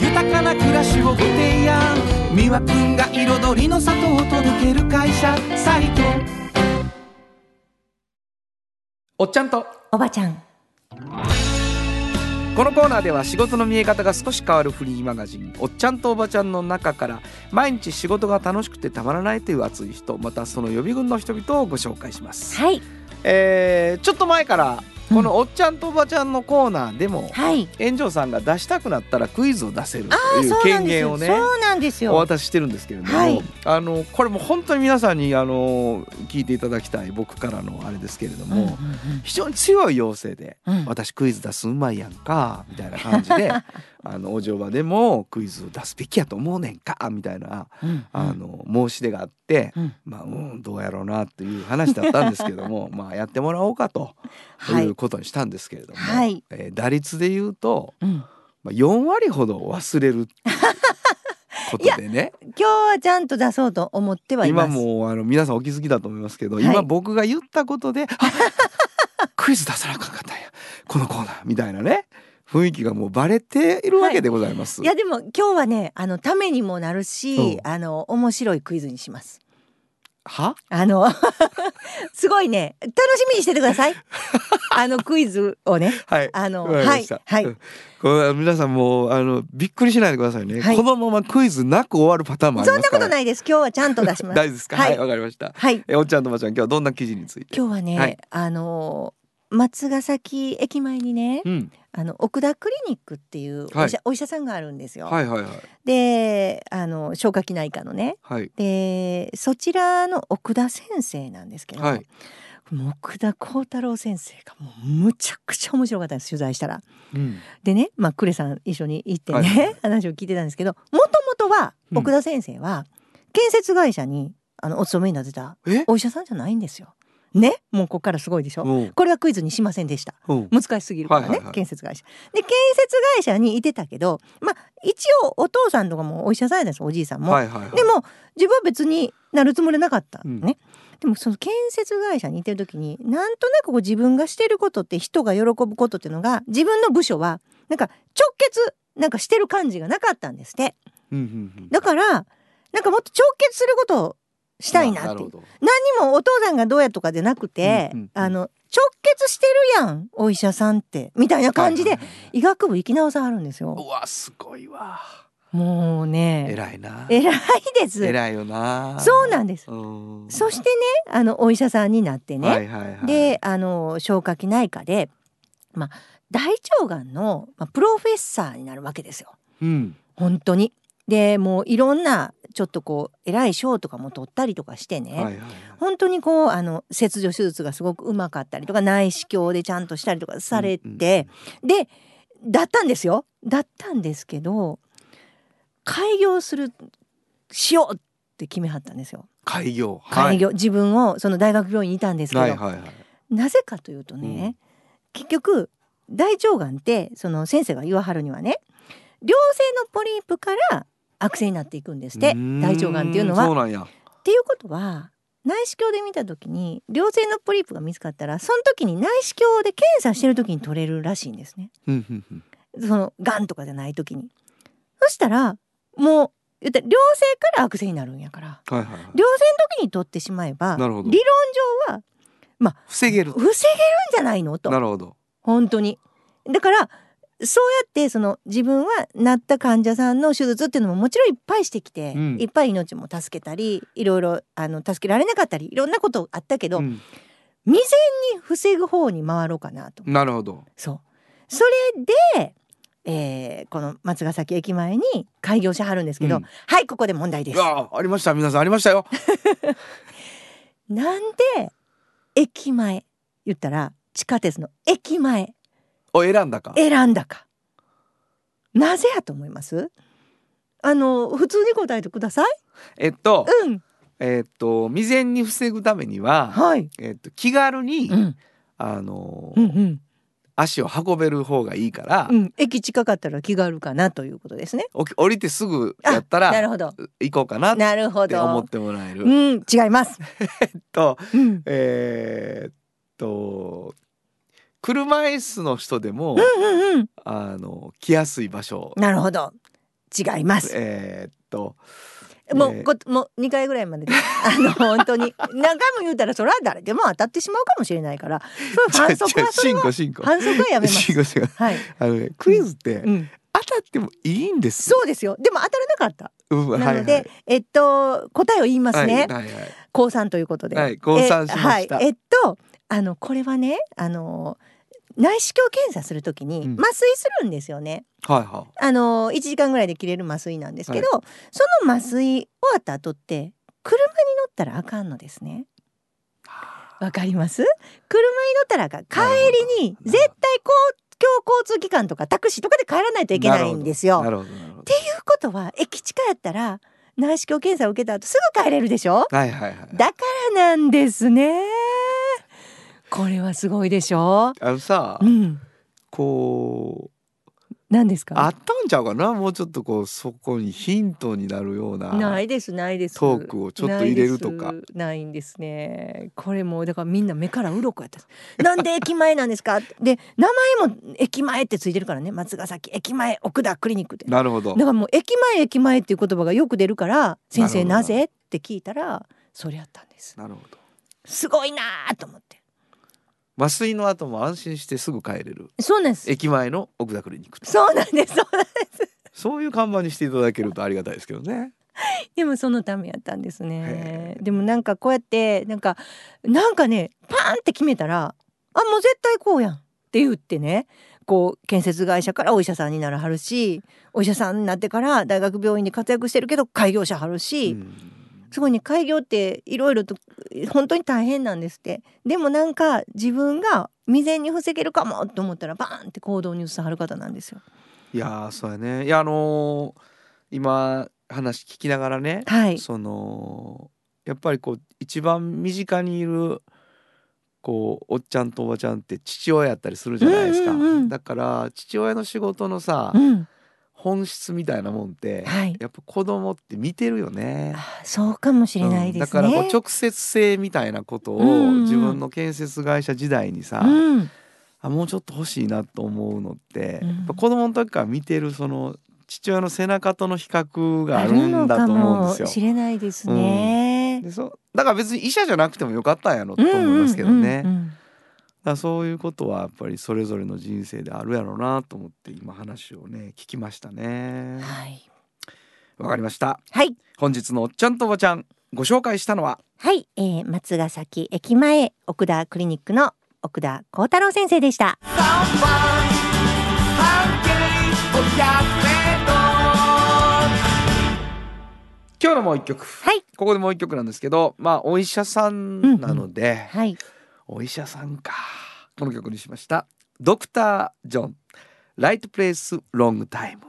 Speaker 4: 豊かな暮らしをご提案美和くんが彩りの里を届ける会社サイト
Speaker 2: おっちゃんと
Speaker 5: おばちゃん
Speaker 2: このコーナーでは仕事の見え方が少し変わるフリーマガジン「おっちゃんとおばちゃん」の中から毎日仕事が楽しくてたまらないという熱い人またその予備軍の人々をご紹介します、
Speaker 5: はい
Speaker 2: えーちょっと前からこの「おっちゃんとおばちゃん」のコーナーでも、
Speaker 3: はい。
Speaker 2: 園長さんが出したくなったらクイズを出せると
Speaker 3: あ
Speaker 2: いう
Speaker 3: そうな
Speaker 2: 権
Speaker 3: ん
Speaker 2: 限
Speaker 3: ですよ。
Speaker 2: を
Speaker 3: そ
Speaker 2: ね
Speaker 3: うなんです
Speaker 2: お
Speaker 3: よ。
Speaker 2: 渡ししてるんですけれども、
Speaker 3: はい
Speaker 2: あのこれも本当に皆さんにあの聞いていただきたい僕からのあれですけれども、非常に強い要請で
Speaker 3: うんうんうん
Speaker 2: 私クイズ出すんまいやんかみたいな感じ
Speaker 3: [LAUGHS]
Speaker 2: であのお嬢場でもクイズを出すべきやと思うねんかみたいな
Speaker 3: うん
Speaker 2: あの申し出があって、
Speaker 3: うん
Speaker 2: まあうんどうやろうなという話だったんですけども [LAUGHS] まあやってもらおうかと
Speaker 3: はい
Speaker 2: いうことにしたんですけれども、
Speaker 3: はい
Speaker 2: えー打率で言うと、
Speaker 3: うん
Speaker 2: まあ、4割ほど忘れることでね
Speaker 3: 今日はちゃんと出そうと思ってはいま
Speaker 2: 今
Speaker 3: す。
Speaker 2: もうあの皆さんお気づきだと思いますけど、
Speaker 3: はい
Speaker 2: 今僕が言ったことであクイズ出さなあかんかったんやこのコーナーみたいなね雰囲気がもうバレているわけでございます。
Speaker 3: いやでも今日はねあのためにもなるし、
Speaker 2: うん
Speaker 3: あの面白いクイズにします。 [LAUGHS]
Speaker 2: は
Speaker 3: あのあすごいね楽しみにしててくださいあのクイズをね
Speaker 2: はい
Speaker 3: あの
Speaker 2: わかりました
Speaker 3: はい
Speaker 2: うんこれ皆さんもうあのびっくりしないでくださいね、
Speaker 3: はい
Speaker 2: このままクイズなく終わるパターンもあり
Speaker 3: そ
Speaker 2: ま
Speaker 3: ん
Speaker 2: す
Speaker 3: な
Speaker 2: か
Speaker 3: こ
Speaker 2: ら
Speaker 3: とないです今日はちゃんと出します
Speaker 2: 大丈夫ですか [LAUGHS] はいわ、
Speaker 3: はい、
Speaker 2: かりました
Speaker 3: はい
Speaker 2: えおっちゃんとおばちゃん今日はどんな記事について
Speaker 3: 今日はね、
Speaker 2: はい
Speaker 3: あの松ヶ崎駅前にね
Speaker 2: うん
Speaker 3: あの奥田クリニックっていうお医者,、お医者さんがあるんですよ。
Speaker 2: はいはいはい
Speaker 3: であの消化器内科のね
Speaker 2: はい
Speaker 3: でそちらの奥田先生なんですけど、
Speaker 2: はい
Speaker 3: もう奥田幸太郎先生がもうむちゃくちゃ面白かったんです取材したら。
Speaker 2: うん
Speaker 3: でね、まあ、クレさん一緒に行ってね、
Speaker 2: はい
Speaker 3: 話を聞いてたんですけどもともとは
Speaker 2: うん
Speaker 3: 奥田先生は建設会社にあのお勤めになってた
Speaker 2: え
Speaker 3: お医者さんじゃないんですよ。ねもうここからすごいでしょ、
Speaker 2: うん
Speaker 3: これはクイズにしませんでした。
Speaker 2: うん
Speaker 3: 難しすぎるからね、
Speaker 2: はいはいはい
Speaker 3: 建設会社。で建設会社にいてたけどまあ一応お父さんとかもお医者さんやったんですおじいさんも。
Speaker 2: はいはいはい
Speaker 3: でも自分は別になるつもりなかったの
Speaker 2: うん
Speaker 3: ね。でもその建設会社にいてる時になんとなくこう自分がしてることって人が喜ぶことっていうのが自分の部署はなんか直結なんかしてる感じがなかったんですって
Speaker 2: うんうんうん
Speaker 3: だからなんかもっと直結することをしたい
Speaker 2: ま
Speaker 3: な
Speaker 2: あ
Speaker 3: っ
Speaker 2: る
Speaker 3: てい
Speaker 2: ほ
Speaker 3: う
Speaker 2: ど
Speaker 3: 何もお父さんがどうやとかじゃなくて、
Speaker 2: うんうんうん
Speaker 3: あの直結してるやんお医者さんってみたいな感じで
Speaker 2: はいはいはい
Speaker 3: 医学部行き直さはるんです
Speaker 2: う
Speaker 3: よ。
Speaker 2: わすごいわ
Speaker 3: もうね
Speaker 2: 偉いな
Speaker 3: 偉いです
Speaker 2: 偉いよな
Speaker 3: そうなんです
Speaker 2: うん
Speaker 3: そしてねあのお医者さんになってね、
Speaker 2: はいはいはい
Speaker 3: であの消化器内科で、まあ、大腸がんの、まあ、プロフェッサーになるわけですよ
Speaker 2: うん
Speaker 3: 本当に。でもういろんなちょっとこう偉い賞とかも取ったりとかしてね、
Speaker 2: はいはいはい
Speaker 3: 本当にこうあの切除手術がすごくうまかったりとか内視鏡でちゃんとしたりとかされて、でだったんですよだったんですけど開業するしようって決めはったんですよ
Speaker 2: 開業
Speaker 3: 開業、自分をその大学病院にいたんですけど、
Speaker 2: はいはいはい
Speaker 3: なぜかというとね、結局大腸がんってその先生が言わはるにはね良性のポリープから悪性になっていくんですって
Speaker 2: うーん
Speaker 3: 大腸がんっていうのは。
Speaker 2: そう
Speaker 3: っ
Speaker 2: なんや
Speaker 3: ていうことは内視鏡で見た時に良性のポリープが見つかったらその時に内視鏡で検査してる時に取れるらしいんですね
Speaker 2: うんうんうん
Speaker 3: そのがんとかじゃない時に。そしたらもう言ったら良性から悪性になるんやから
Speaker 2: はいはいはい
Speaker 3: 良性の時に取ってしまえば
Speaker 2: な
Speaker 3: 理
Speaker 2: るほ
Speaker 3: 論
Speaker 2: ど
Speaker 3: 上は
Speaker 2: 防げる
Speaker 3: 防げるんじゃないのと
Speaker 2: な。るほど
Speaker 3: 本当にだからそうやってその自分はなった患者さんの手術っていうのももちろんいっぱいしてきて、
Speaker 2: うん
Speaker 3: いっぱい命も助けたりいろいろあの助けられなかったりいろんなことあったけど、
Speaker 2: うん
Speaker 3: 未然に防ぐ方に回ろうかなと
Speaker 2: なるほど
Speaker 3: そうそれで、えーこの松ヶ崎駅前に開業しはるんですけど、
Speaker 2: うん
Speaker 3: はいここで問題です。
Speaker 2: あありました皆さんありましたよ
Speaker 3: なんで駅前言ったら地下鉄の駅前
Speaker 2: お選んだか
Speaker 3: 選んだかなぜやと思いますあの普通に答えてください
Speaker 2: えっと
Speaker 3: うん
Speaker 2: えっと未然に防ぐためには
Speaker 3: はい
Speaker 2: えっと気軽に
Speaker 3: うん
Speaker 2: あの
Speaker 3: うんうん
Speaker 2: 足を運べる方がいいから
Speaker 3: うん駅近かったら気があるかなということですね
Speaker 2: おき降りてすぐやった
Speaker 3: な
Speaker 2: ら
Speaker 3: るほど
Speaker 2: 行こうかなっ
Speaker 3: なるほ
Speaker 2: て思っ
Speaker 3: ど
Speaker 2: てもらえ
Speaker 3: う
Speaker 2: る
Speaker 3: ん違います
Speaker 2: と
Speaker 3: うん
Speaker 2: えーっと車椅子の人でも
Speaker 3: うんうんうん
Speaker 2: あの来やすい場所
Speaker 3: なるほど違います
Speaker 2: えーっと
Speaker 3: も
Speaker 2: え
Speaker 3: う
Speaker 2: ー
Speaker 3: こもう2回ぐらいまでで
Speaker 2: [LAUGHS]
Speaker 3: あの本当に何回も言うたらそれは誰でも当たってしまうかもしれな
Speaker 2: [LAUGHS]
Speaker 3: いからそういう反則
Speaker 2: 違う違
Speaker 3: は
Speaker 2: う
Speaker 3: それ
Speaker 2: 進
Speaker 3: は
Speaker 2: 行進行
Speaker 3: 反則はやめます
Speaker 2: 進行進行 [LAUGHS]
Speaker 3: はい、
Speaker 2: あのねクイズって
Speaker 3: うん、
Speaker 2: 当たってもいいんです
Speaker 3: そうですよでも当たらなかった
Speaker 2: うんはい
Speaker 3: なので、えっと答えを言いますね。
Speaker 2: はいはいはい
Speaker 3: 高三ということで。
Speaker 2: はい降参しました
Speaker 3: えはい、えっとあのこれはねあの内視鏡検査するときに
Speaker 2: うん
Speaker 3: 麻酔するんですよね。
Speaker 2: はいは
Speaker 3: あの1時間ぐらいで切れる麻酔なんですけど、その麻酔終わった後って車に乗ったらあかんのですね。わかります車に乗ったらあかん帰りに
Speaker 2: なるほど
Speaker 3: 絶対公共交通機関とかタクシーとかで帰らないといけないんですよ。
Speaker 2: なるほどなるほ
Speaker 3: っていうことは駅近やったら内視鏡検査を受けた後すぐ帰れるでしょ
Speaker 2: どはいはいはい
Speaker 3: だからなんですねこれはすごいでしょ
Speaker 2: あのさ
Speaker 3: うん
Speaker 2: こ
Speaker 3: 何です
Speaker 2: うあ
Speaker 3: か
Speaker 2: ったんちゃうかなもうちょっとこうそこにヒントになるような
Speaker 3: ないですないです
Speaker 2: トークをちょっと入れるとか
Speaker 3: ないですないんですねこれもうだからみんな目から鱗やったなんで駅前なんですかで名前も駅前ってついてるからね松ヶ崎駅前奥田クリニックって
Speaker 2: なるほど
Speaker 3: だからもう駅前駅前っていう言葉がよく出るから先生
Speaker 2: なるほ
Speaker 3: な
Speaker 2: ど
Speaker 3: ぜって聞いたらそれやったんです
Speaker 2: なるほど
Speaker 3: すごいなーと思って
Speaker 2: 麻酔の後も安心してすぐ帰れる
Speaker 3: そうなんです
Speaker 2: 駅前の奥田クリニックと
Speaker 3: そうなんですそうなんです
Speaker 2: そういう看板にしていただけるとありがたいですけどね
Speaker 3: でもそのためやったんです
Speaker 2: へ
Speaker 3: ねでもなんかこうやってなんかなんかねパーンって決めたらあもう絶対こうやんって言ってねこう建設会社からお医者さんにならはるしお医者さんになってから大学病院で活躍してるけど開業者はるし、
Speaker 2: うん
Speaker 3: すごいね開業っていろいろと本当に大変なんですってでもなんか自分が未然に防げるかもと思ったらバーンって行動に移さはる方なんですよ。
Speaker 2: いやーそうやねいやあのー今話聞きながらね、
Speaker 3: はい、
Speaker 2: そのやっぱりこう一番身近にいるこうおっちゃんとおばちゃんって父親やったりするじゃないですか、
Speaker 3: うんうんうん
Speaker 2: だから父親の仕事のさ、
Speaker 3: うん
Speaker 2: 本質みたいなもんって、
Speaker 3: はい、
Speaker 2: やっぱ子供って見てるよね。
Speaker 3: あそうかもしれない
Speaker 2: うん
Speaker 3: で
Speaker 2: だ
Speaker 3: すね。
Speaker 2: からこう直接性みたいなことを
Speaker 3: うんうん
Speaker 2: 自分の建設会社時代にさ、
Speaker 3: うん、
Speaker 2: あもうちょっと欲しいなと思うのって、
Speaker 3: うん
Speaker 2: やっぱ子供の時から見てるその父親の背中との比較があるんだと思うんです
Speaker 3: あるのかも
Speaker 2: よ。
Speaker 3: しれないですね。
Speaker 2: でそうだから別に医者じゃなくてもよかったんやろと思いますけどね、
Speaker 3: うん
Speaker 2: だ
Speaker 3: う
Speaker 2: か
Speaker 3: んうんうん
Speaker 2: らそういうことはやっぱりそれぞれの人生であるやろうなと思って今話をね聞きましたね
Speaker 3: はい、
Speaker 2: わかりました
Speaker 3: はい、
Speaker 2: 本日のおっちゃんとおばちゃんご紹介したのは
Speaker 5: はい、えー、松ヶ崎駅前奥田クリニックの奥田幸太郎先生でした
Speaker 2: 今日のもう一曲、
Speaker 5: はい
Speaker 2: ここでもう一曲なんですけどまあお医者さんなので、
Speaker 5: はい
Speaker 2: お医者さんかこの曲にしましたドクター・ジョンライトプレイスロングタイム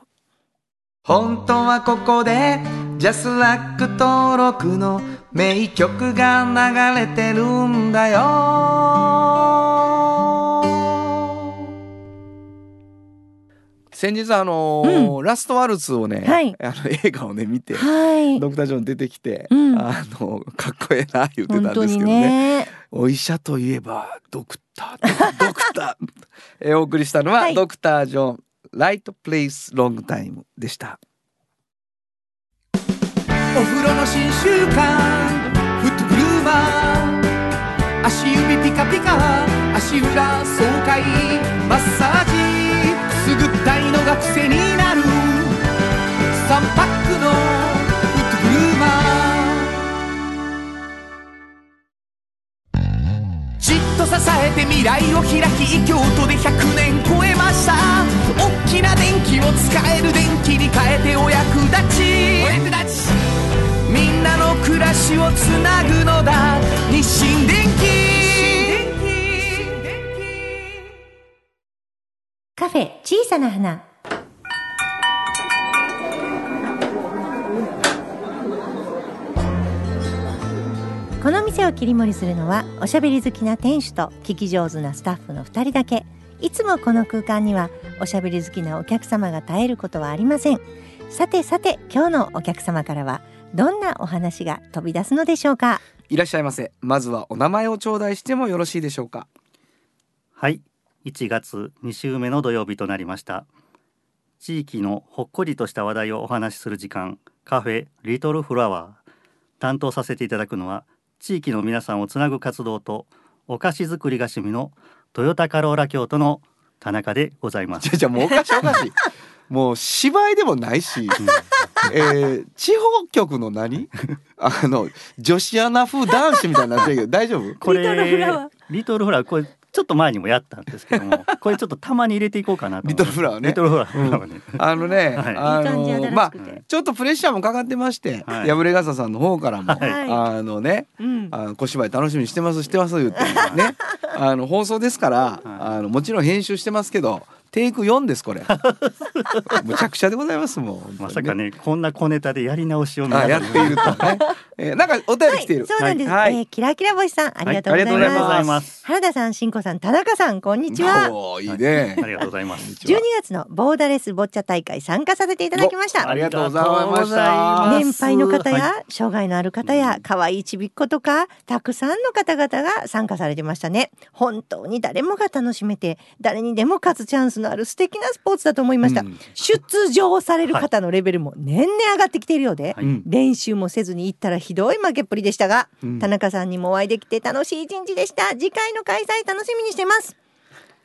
Speaker 4: 本当はここでジャスラック登録の名曲が流れてるんだよ
Speaker 2: 先日あのーラストワルツをね、
Speaker 3: はい
Speaker 2: あの映画をね見て
Speaker 3: はい、
Speaker 2: ドクター・ジョン出てきて、
Speaker 3: うん
Speaker 2: あのかっこええな言ってた
Speaker 3: 本
Speaker 2: ん
Speaker 3: 当
Speaker 2: です
Speaker 3: に
Speaker 2: けどね
Speaker 3: ね。
Speaker 2: お医者といえばドクタードクターえーお送りしたのは、
Speaker 3: はい
Speaker 2: ドクター・ジョンライト・プレイス・ロング・タイムでした
Speaker 4: お風呂の新習慣フットグルーマー足指ピカピカ足裏爽快マッサージくすぐったいのが癖になる3パックのフットグルーマーじっと支えて未来を開き京都で100年超えました大きな電気を使える電気に変えてお役立ちお役立ちみんなの暮らしをつなぐのだ日清電気
Speaker 5: カフェ小さな花この店を切り盛りするのはおしゃべり好きな店主と聞き上手なスタッフの2人だけいつもこの空間にはおしゃべり好きなお客様が絶えることはありませんさてさて今日のお客様からはどんなお話が飛び出すのでしょうか
Speaker 2: いらっしゃいませまずはお名前を頂戴してもよろしいでしょうか [LAUGHS]
Speaker 6: はい、1月2週目の土曜日となりました。地域のほっこりとした話題をお話しする時間、カフェリトルフラワー。担当させていただくのは、地域の皆さんをつなぐ活動と、お菓子作りが趣味のトヨタカローラ京都の田中でございま
Speaker 2: じ [LAUGHS] ゃ。
Speaker 6: す
Speaker 2: じゃもうおかしいおか
Speaker 3: [LAUGHS]
Speaker 2: しいもう芝居でもないし、えー地方局の何 [LAUGHS] あの女子アナ風男子みたいになってるけど大丈夫
Speaker 6: これ
Speaker 3: リトルフラワー
Speaker 6: リトルフラワーこれちょっと前にもやったんですけ
Speaker 2: [LAUGHS]
Speaker 6: どもこれちょっとたまに入れていこうかなと思
Speaker 2: リ
Speaker 6: って
Speaker 2: トルフラワーね
Speaker 6: リトルフラワー
Speaker 2: [LAUGHS]
Speaker 6: ね、
Speaker 2: あのね、
Speaker 6: はい
Speaker 2: あ
Speaker 3: いい感じ
Speaker 2: の
Speaker 3: 新
Speaker 2: ま
Speaker 3: し
Speaker 2: あ
Speaker 3: くて、
Speaker 2: ちょっとプレッシャーもかかってまして、
Speaker 6: はい
Speaker 2: 破れ傘さんの方からも、
Speaker 6: はい
Speaker 2: あのね
Speaker 3: うん、
Speaker 2: あの小芝居楽しみにしてますしてます言って
Speaker 3: [LAUGHS]
Speaker 2: ねあの放送ですから、あのもちろん編集してますけどテイク4ですこれむちゃくちゃでございますもう本当に
Speaker 6: まさかねこんな小ネタでやり直しを皆
Speaker 2: あ
Speaker 6: さ
Speaker 2: や
Speaker 6: ん
Speaker 2: っ
Speaker 6: に
Speaker 2: ているとね、えーなんかお便り来ている、
Speaker 3: そうなんです、
Speaker 2: はい
Speaker 3: えーキラキラ星さんありがとう
Speaker 2: は
Speaker 3: ご
Speaker 2: い
Speaker 3: ざ
Speaker 2: あ
Speaker 3: い
Speaker 2: りが
Speaker 3: ます,、
Speaker 2: とうございます
Speaker 3: 原田さん新子さん田中さんこんにちは
Speaker 2: おーいいね、
Speaker 6: ありがとうござい [LAUGHS] ます
Speaker 2: ち
Speaker 3: 12
Speaker 2: は
Speaker 3: 月のボーダレスボッチャ大会参加させていただきました
Speaker 2: ありがとうございました
Speaker 6: ありがとうござい
Speaker 3: 年
Speaker 6: ます
Speaker 3: 配の方や、
Speaker 6: は
Speaker 3: 障害のある方や可愛いちびっ子とかたくさんの方々が参加されてましたね本当に誰もが楽しめて誰にでも勝つチャンスのある素敵なスポーツだと思いました、
Speaker 2: うん
Speaker 3: 出場される方のレベルも年々上がってきているようで、
Speaker 6: はい
Speaker 2: うん
Speaker 3: 練習もせずに行ったらひどい負けっぷりでしたが、
Speaker 2: うん
Speaker 3: 田中さんにもお会いできて楽しい一日でした次回の開催楽しみにしてます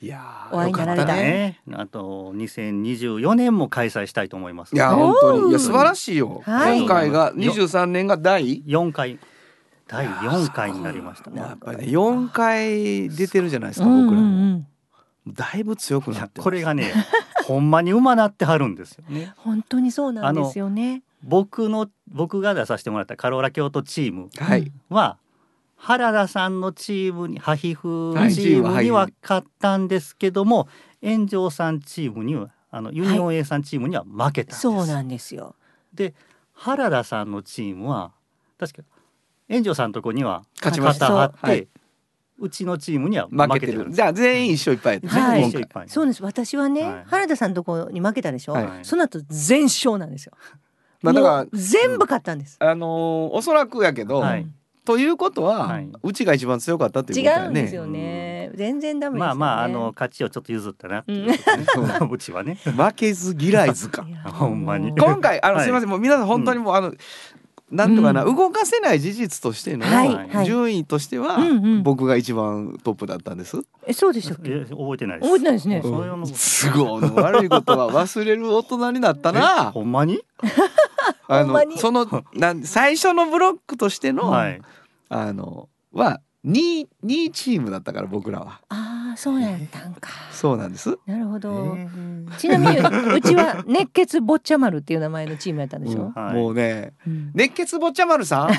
Speaker 2: いや
Speaker 3: お会いになられ
Speaker 2: よか
Speaker 3: た
Speaker 2: ったね
Speaker 6: ね、あと2024年も開催したいと思います。
Speaker 2: いや本
Speaker 3: おー
Speaker 2: 当にいや素晴らしいよ、
Speaker 3: はい
Speaker 2: 今回が23年が第
Speaker 6: 4回第4回になりました。
Speaker 2: やっぱりね4回出てるじゃないですか、僕らも、だいぶ強く
Speaker 6: い
Speaker 2: なっ
Speaker 6: や
Speaker 2: てます
Speaker 6: これがね、ほんまに馬なってはるんですよね。
Speaker 3: 本当にそうなんですよね
Speaker 6: 僕の僕が出させてもらったカローラ京都チーム
Speaker 2: はい、
Speaker 6: は原田さんのチームにハヒフ
Speaker 2: はい
Speaker 6: チームに
Speaker 2: チームは
Speaker 6: は勝ったんですけども、炎上さんチームにはあのユニオン A さんチームには負けたんです。
Speaker 3: そうなんですよ
Speaker 6: で原田さんのチームは確か炎上さんのとこには
Speaker 2: 勝ちまし
Speaker 6: 肩
Speaker 2: た
Speaker 6: 張って、
Speaker 2: はいう
Speaker 6: ちのチームには負
Speaker 2: 負け
Speaker 6: け
Speaker 2: て
Speaker 6: て
Speaker 2: る
Speaker 6: るんです
Speaker 2: じゃあ全員一緒いっぱいやったね、
Speaker 3: はい
Speaker 2: 今
Speaker 6: 一緒
Speaker 2: 回
Speaker 6: いっぱい
Speaker 3: そうです私はね、
Speaker 6: はい
Speaker 3: 原田さんのとこに負けたでしょ、
Speaker 6: はい
Speaker 3: その後全勝なんですよ、
Speaker 2: まあだから
Speaker 3: もう全部勝ったんです、
Speaker 2: あのーおそらくやけど、
Speaker 6: はい
Speaker 2: ということは、
Speaker 6: はいう
Speaker 2: ちが一番強かったっていう
Speaker 3: 違
Speaker 2: ことだ
Speaker 3: う
Speaker 2: よ
Speaker 3: ん
Speaker 2: ね
Speaker 3: ですよね、全然ダメですよね
Speaker 6: まあまああの勝ちをちょっと譲ったなっていうことね、 [LAUGHS] うちはね
Speaker 2: 負けず嫌いず
Speaker 3: [LAUGHS]
Speaker 2: か
Speaker 3: いや
Speaker 6: ほんま
Speaker 3: も
Speaker 6: に
Speaker 3: う
Speaker 2: 今回あの、
Speaker 6: はい
Speaker 2: すいませんもう皆さん本当にもう、あのなんとかな、
Speaker 3: う
Speaker 2: 動かせない事実としての、
Speaker 3: はいはい
Speaker 2: 順位としては、
Speaker 3: うんうん
Speaker 2: 僕が一番トップだったんです。
Speaker 3: え [LAUGHS] そうで
Speaker 6: い
Speaker 3: し
Speaker 6: や
Speaker 3: たっけ
Speaker 6: 覚えてないです
Speaker 3: 覚えてないですね
Speaker 6: それはもう
Speaker 2: すごい悪いことは忘れる大人になったな
Speaker 6: ほんまに、
Speaker 2: あ
Speaker 3: ほんま
Speaker 2: の
Speaker 3: に
Speaker 2: そのなん最初のブロックとしての、
Speaker 6: はい
Speaker 2: あのは2位2位チームだったから僕らは
Speaker 3: ああそうやったんか
Speaker 2: そうなんです、
Speaker 3: なるほど、ちなみにうちは熱血坊ちゃ丸っていう名前のチームやったんでし
Speaker 2: うん
Speaker 3: ょ、
Speaker 6: はい
Speaker 2: もうね
Speaker 3: うん
Speaker 2: 熱血坊ちゃ丸
Speaker 6: [LAUGHS]
Speaker 2: さん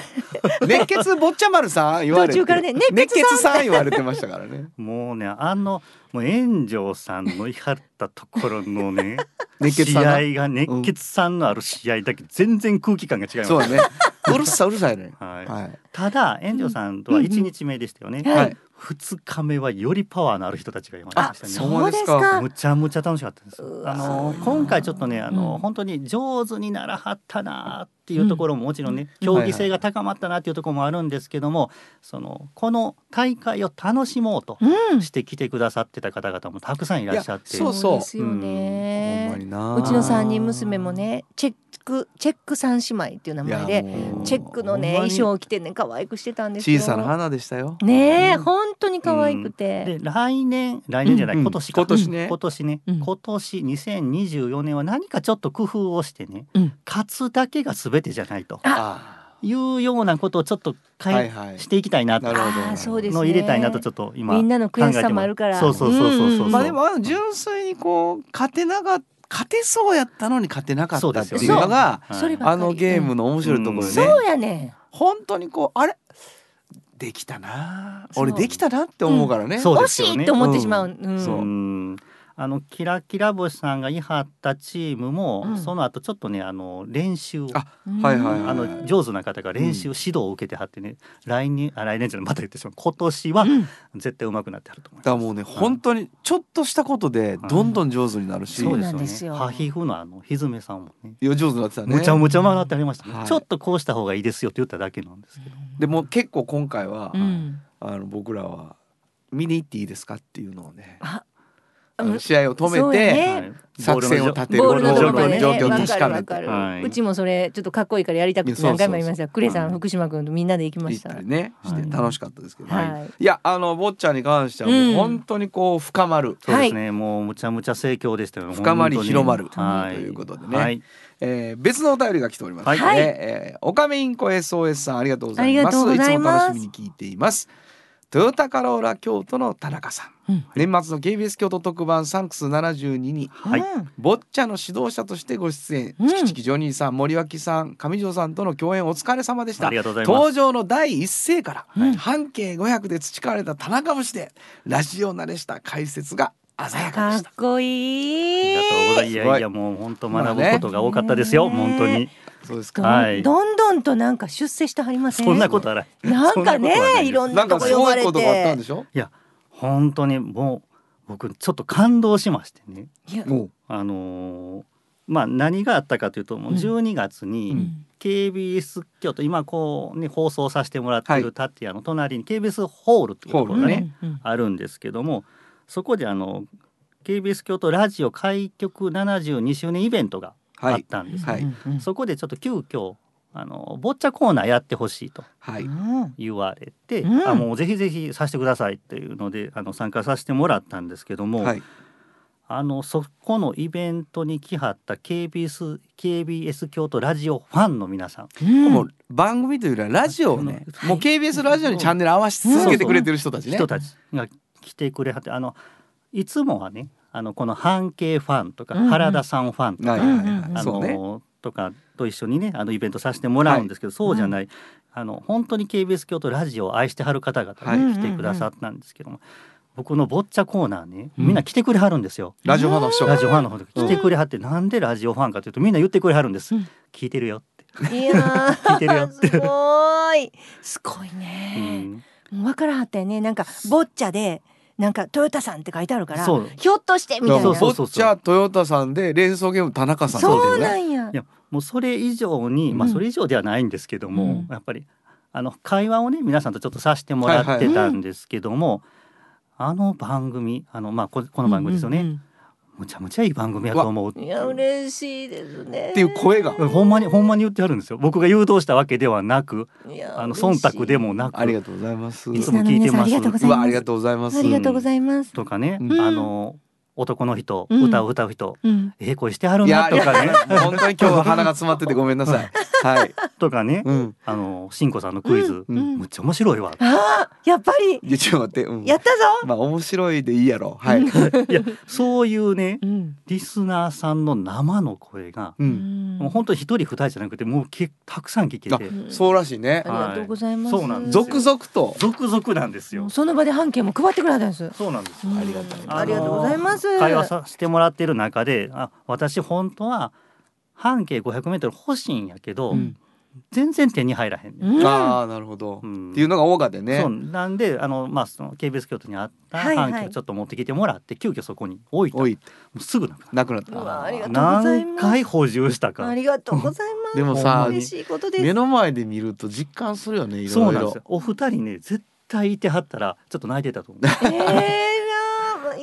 Speaker 2: 熱血坊ちゃ丸さん言われて
Speaker 3: 途中からね熱血さん
Speaker 2: さん言われてましたから
Speaker 6: [LAUGHS]
Speaker 2: ね
Speaker 6: もうねあのもう炎上さんのやったところのね
Speaker 2: [LAUGHS] 熱血
Speaker 6: 試
Speaker 2: さんが
Speaker 6: 合が熱血さんのある試合だけ全然空気感が違います、
Speaker 2: そう
Speaker 6: [LAUGHS]
Speaker 2: だねうるさいうるさいね
Speaker 6: はい
Speaker 2: はい
Speaker 6: ただ炎上さんとは1日目でしたよね、
Speaker 3: はい
Speaker 2: はい
Speaker 6: 2日目はよりパワーのある人たちがいま
Speaker 2: あ
Speaker 6: した
Speaker 2: そう
Speaker 6: ね。
Speaker 3: そうですか
Speaker 6: むちゃむちゃ楽しかったです。あの今回ちょっとねあの、
Speaker 3: うん
Speaker 6: 本当に上手にならはったなっていうところももちろんね、競技性が高まったなっていうところもあるんですけども、そのこの大会を楽しもうと
Speaker 3: うん
Speaker 6: して来てくださってた方々もたくさんいらっしゃって、
Speaker 2: いやそうそう
Speaker 3: ですよね
Speaker 2: ほんまにな
Speaker 3: うちの三人娘もねチェックチェック三姉妹っていう名前
Speaker 2: いや
Speaker 3: で
Speaker 2: もう
Speaker 3: チェックのね
Speaker 2: ほんま
Speaker 3: 衣
Speaker 2: に
Speaker 3: 装を着てね可愛くしてたんですよ
Speaker 2: 小さな花でしたよ
Speaker 3: ねえ、
Speaker 6: うん
Speaker 3: 本当に可愛くて、
Speaker 6: で来年来年じゃない、
Speaker 2: うんうん
Speaker 6: 今年か
Speaker 2: 今年ね
Speaker 6: 今年ね、
Speaker 3: うん
Speaker 6: 今年2024年は何かちょっと工夫をしてね、
Speaker 3: うん
Speaker 6: 勝つだけが全てじゃないと
Speaker 2: あ
Speaker 6: いうようなことをちょっと
Speaker 2: あ
Speaker 6: 変え、
Speaker 2: はいはい
Speaker 6: していきたいなと
Speaker 2: なるほど
Speaker 3: ああそうですね
Speaker 6: のを入れたいなとちょっと今
Speaker 3: みんなの
Speaker 6: 考え
Speaker 3: 悔
Speaker 6: て
Speaker 3: しさもあるから
Speaker 6: そうそうそうそうそう、
Speaker 3: うん
Speaker 2: まあでもあの純粋にこう勝てなかっ勝てそうやったのに勝てなかっ
Speaker 6: そう
Speaker 2: た
Speaker 6: で
Speaker 2: っ
Speaker 6: す
Speaker 2: て
Speaker 6: よ
Speaker 2: い
Speaker 6: ね
Speaker 2: うのが
Speaker 6: はい
Speaker 3: そればっかり
Speaker 2: あのゲームの面白いところ
Speaker 6: うん
Speaker 2: でね
Speaker 3: そうやね
Speaker 2: 本当にこうあれできたな
Speaker 3: そう
Speaker 2: 俺できたなって思うからね
Speaker 6: んそう
Speaker 3: 惜
Speaker 6: です
Speaker 3: し
Speaker 6: よ
Speaker 3: い
Speaker 6: ね
Speaker 3: って思ってしまう、うん
Speaker 2: そ
Speaker 6: うんあのキラキラ星さんが言い張ったチームも、
Speaker 3: うん
Speaker 6: その後ちょっとねあの練習を
Speaker 2: あはいはいはい
Speaker 6: あの上手な方が練習指導を受けてはってね、来年あ来年じゃないまた言ってしまう今年は
Speaker 3: うん
Speaker 6: 絶対上手くなってはると思い
Speaker 2: だ
Speaker 6: ま
Speaker 2: か
Speaker 6: す。
Speaker 2: らもうね本当にちょっとしたことでどんどん上手になるし、
Speaker 3: そ
Speaker 6: そうう
Speaker 3: で
Speaker 6: ですす
Speaker 3: よ
Speaker 6: よ
Speaker 3: ね
Speaker 6: ね。
Speaker 3: ハ
Speaker 6: ハ
Speaker 3: ヒ
Speaker 6: ヒフのあのひずめさんもね、
Speaker 2: いや上手になってたね
Speaker 6: むちゃむちゃ上手なってありましたね、
Speaker 2: はい
Speaker 6: ちょっとこうした方がいいですよって言っただけなんですけど。
Speaker 2: でもう結構今回は、
Speaker 3: うん
Speaker 2: あの僕らは見に行っていいですかっていうのをね
Speaker 3: あ
Speaker 2: あの試合を止
Speaker 3: そう
Speaker 2: め
Speaker 3: や
Speaker 2: て、
Speaker 3: ね
Speaker 6: はい
Speaker 2: 作戦を立てる
Speaker 3: ボールのとこ
Speaker 2: 状
Speaker 3: ろま
Speaker 2: 況
Speaker 3: で
Speaker 2: に
Speaker 3: ね
Speaker 2: 状況
Speaker 3: わ
Speaker 2: に確
Speaker 3: かる
Speaker 2: か
Speaker 3: わ
Speaker 2: め
Speaker 3: か
Speaker 2: て
Speaker 3: る、
Speaker 6: はいう
Speaker 3: ちもそれちょっとかっこいいからやりたくて
Speaker 2: いやそ
Speaker 3: 何
Speaker 2: うそうそう
Speaker 3: 回も言いましたクレさん、
Speaker 6: はい
Speaker 3: 福島君とみんなで行きま
Speaker 2: 行っ
Speaker 3: したた
Speaker 2: りねして
Speaker 6: はい
Speaker 2: 楽しかったですけど、
Speaker 3: はい
Speaker 2: い、やあの坊ちゃんに関してはもう本当にこう深まる、
Speaker 6: そうですね、もうむちゃむちゃ盛況でしたよね。
Speaker 2: 深まり
Speaker 6: 本当に
Speaker 2: 広まる
Speaker 6: はい、
Speaker 2: ということでね
Speaker 6: はい、
Speaker 2: えー別のお便りが来ております、
Speaker 6: はい
Speaker 3: はい
Speaker 2: えー、おかめインコ SOS さんありがとうござい
Speaker 3: あり
Speaker 2: ま
Speaker 3: が
Speaker 2: す
Speaker 3: とうございます
Speaker 2: つも楽しみに聞いていますトヨタカローラ京都の田中さん、
Speaker 3: うん
Speaker 2: 年末の KBS 京都特番サンクス72に
Speaker 6: はい、
Speaker 2: ボッチャの指導者としてご出演、
Speaker 3: うん
Speaker 2: チキチキジョニーさん森脇さん上条さんとの共演お疲れ様でした
Speaker 6: ありがとうございま
Speaker 2: 登
Speaker 6: す。
Speaker 2: 場の第一声から、
Speaker 3: はい
Speaker 2: 半径500で培われた田中節でラジオ慣れした解説が鮮やかで
Speaker 3: か
Speaker 2: し
Speaker 3: ったこいい
Speaker 6: ありがとうございます。い
Speaker 2: すご
Speaker 6: や
Speaker 2: い
Speaker 6: いや、もう本当学ぶことが多かったですよ、
Speaker 3: まあね
Speaker 6: 本当に。
Speaker 2: そうです
Speaker 3: ど
Speaker 2: か
Speaker 3: ん
Speaker 6: はい
Speaker 3: どんどんとなんか出世してはりません
Speaker 6: そんなことはない。
Speaker 3: なんかね
Speaker 6: そんなことはない
Speaker 3: いろん
Speaker 2: な
Speaker 3: なんと
Speaker 2: か
Speaker 3: こ
Speaker 2: す
Speaker 3: 呼ば
Speaker 2: ご
Speaker 3: れ
Speaker 2: い
Speaker 3: て
Speaker 2: ことがあったんでしょ
Speaker 6: いや、本当にもう、僕ちょっと感動しましてね。
Speaker 3: いや
Speaker 2: もう
Speaker 6: あのーまあ、何があったかというともう12月
Speaker 3: う
Speaker 6: に
Speaker 3: ん
Speaker 6: KBS 京都今こうね放送させてもらって
Speaker 2: はい
Speaker 6: る建屋の隣に KBS ホールっていうところ
Speaker 2: ホー
Speaker 6: が
Speaker 2: ル
Speaker 6: ね
Speaker 2: ね
Speaker 3: うんうん
Speaker 6: あるんですけどもそこであの KBS 京都ラジオ開局72周年イベントがあ
Speaker 2: は
Speaker 6: っ
Speaker 2: い
Speaker 6: たんですね、
Speaker 2: はい
Speaker 3: うん
Speaker 6: そこでちょっと急遽あのボッチャコーナーやってほしいと
Speaker 2: は
Speaker 3: う
Speaker 2: い
Speaker 3: ん
Speaker 6: 言われて、
Speaker 3: うん
Speaker 6: あもうぜひぜひさせてくださいっていうのであの参加させてもらったんですけども、
Speaker 2: はい
Speaker 6: あのそこのイベントに来はった KBS, KBS 京都ラジオファンの皆さん
Speaker 3: うん
Speaker 2: もう番組というよりはラジオをねもう KBS ラジオにチャンネル合わせ続けてくれてる人たちね
Speaker 6: 人たちが来てくれはってあのいつもはねあのこの半径ファンとか
Speaker 3: うんうん
Speaker 6: 原田さんファンとか、
Speaker 2: はいはいはい
Speaker 6: あ
Speaker 2: そ
Speaker 6: の
Speaker 2: うね
Speaker 6: とかと一緒にねあのイベントさせてもらうんですけど、そうじゃない、あの本当に KBS 京都ラジオを愛してはる方々が
Speaker 2: はい
Speaker 6: ね来てくださったんですけども、僕のボッチャコーナーねみんな来てくれはるんですよ。
Speaker 2: ラジオファンの人
Speaker 6: ラジオファンの方が来てくれはって、なんでラジオファンかというとみんな言ってくれはるんです、
Speaker 3: うん
Speaker 6: 聞いてるよって、
Speaker 3: いや
Speaker 6: 聞いてるよ
Speaker 3: ーすごいすごいうね、
Speaker 6: ん
Speaker 3: もう分からはったよねなんかボッチャでなんかトヨタさんって書いてあるから
Speaker 6: そう
Speaker 3: ひょっとしてみたいな
Speaker 2: そ
Speaker 6: そう
Speaker 2: そ
Speaker 6: うそうう
Speaker 2: そ
Speaker 6: そうう
Speaker 2: じゃあトヨタさんで連想ゲーム田中さん
Speaker 3: そ
Speaker 2: だ
Speaker 3: う
Speaker 2: よ
Speaker 3: な
Speaker 2: ね
Speaker 3: んや
Speaker 6: いやもうそれ以上に、まあ、
Speaker 3: うん
Speaker 6: それ以上ではないんですけども、
Speaker 3: うん
Speaker 6: やっぱりあの会話をね皆さんとちょっとさせてもらってたんですけども、あの番組あの、まあ、ここの番組ですよね、
Speaker 3: うん
Speaker 6: むちゃむちゃいい番組やと思う
Speaker 3: うんいや嬉しいですね
Speaker 2: っていう声が
Speaker 6: ほんまにほんまに言ってあるんですよ僕が誘導したわけではなく
Speaker 3: いや
Speaker 6: あの忖度でもなく
Speaker 2: ありがとうございます
Speaker 6: いつ
Speaker 2: う
Speaker 6: も聞いてます
Speaker 3: リスナーの皆さんありがとうございます
Speaker 2: わありがとうございます
Speaker 3: ありがとうございます
Speaker 6: とかね、
Speaker 2: うん
Speaker 6: あの男の人、
Speaker 3: うん
Speaker 6: 歌を歌う人
Speaker 3: うん
Speaker 6: ええ声してはる
Speaker 2: いや
Speaker 6: なとか
Speaker 2: い
Speaker 6: ね
Speaker 2: や本当に今日は鼻が詰まっててごめんな
Speaker 6: [LAUGHS]
Speaker 2: さいはい
Speaker 6: とかね、
Speaker 2: うん
Speaker 6: あのしんこさんのクイズ、
Speaker 2: う
Speaker 3: うん
Speaker 6: むっちゃ面白いわ [LAUGHS]
Speaker 3: あーやっぱり
Speaker 2: いやちょっと待ってうん
Speaker 3: やったぞ
Speaker 2: まあ面白いでいいやろはい
Speaker 6: いやそういうね
Speaker 3: うん
Speaker 6: リスナーさんの生の声が
Speaker 2: う
Speaker 3: うんん
Speaker 6: もう本当に一人二人じゃなくてもうけたくさん聞け
Speaker 2: あ
Speaker 6: て
Speaker 2: そうらしいね
Speaker 3: ありがとうございます
Speaker 6: はいそうなんですよ
Speaker 2: 続々と
Speaker 6: 続々なんですよ
Speaker 3: もう。その場で半径も配ってくれたんです
Speaker 6: そうなんですよ。
Speaker 3: うん
Speaker 2: ありがたい
Speaker 3: ありがとうございます
Speaker 6: 会話させてもらってる中で、あ私本当は半径500メートル欲しいんやけど、
Speaker 2: うん
Speaker 6: 全然手に入らへんねん。
Speaker 3: うん
Speaker 2: ああなるほど
Speaker 6: うん
Speaker 2: っていうのが大賀でね
Speaker 6: そうなんであのまあその KBS 京都にあった
Speaker 3: はいはい
Speaker 6: 半径をちょっと持ってきてもらって、急遽そこに置いた。
Speaker 2: お
Speaker 6: も
Speaker 2: いう
Speaker 6: すぐなくなっ
Speaker 2: なくなっ
Speaker 3: う
Speaker 2: た
Speaker 3: わありが
Speaker 6: た。
Speaker 3: とうござい
Speaker 6: 何
Speaker 3: ます
Speaker 6: 回補充した
Speaker 3: あ
Speaker 6: か。
Speaker 3: りがとうございます
Speaker 2: でも
Speaker 6: ほ
Speaker 2: さ
Speaker 6: んま
Speaker 3: 嬉しいことです
Speaker 2: 目の前で見ると実感するよねいろいろ
Speaker 6: そうなんですよ。お二人ね絶対いてはったらちょっと泣いてたと思う。
Speaker 3: えー、いや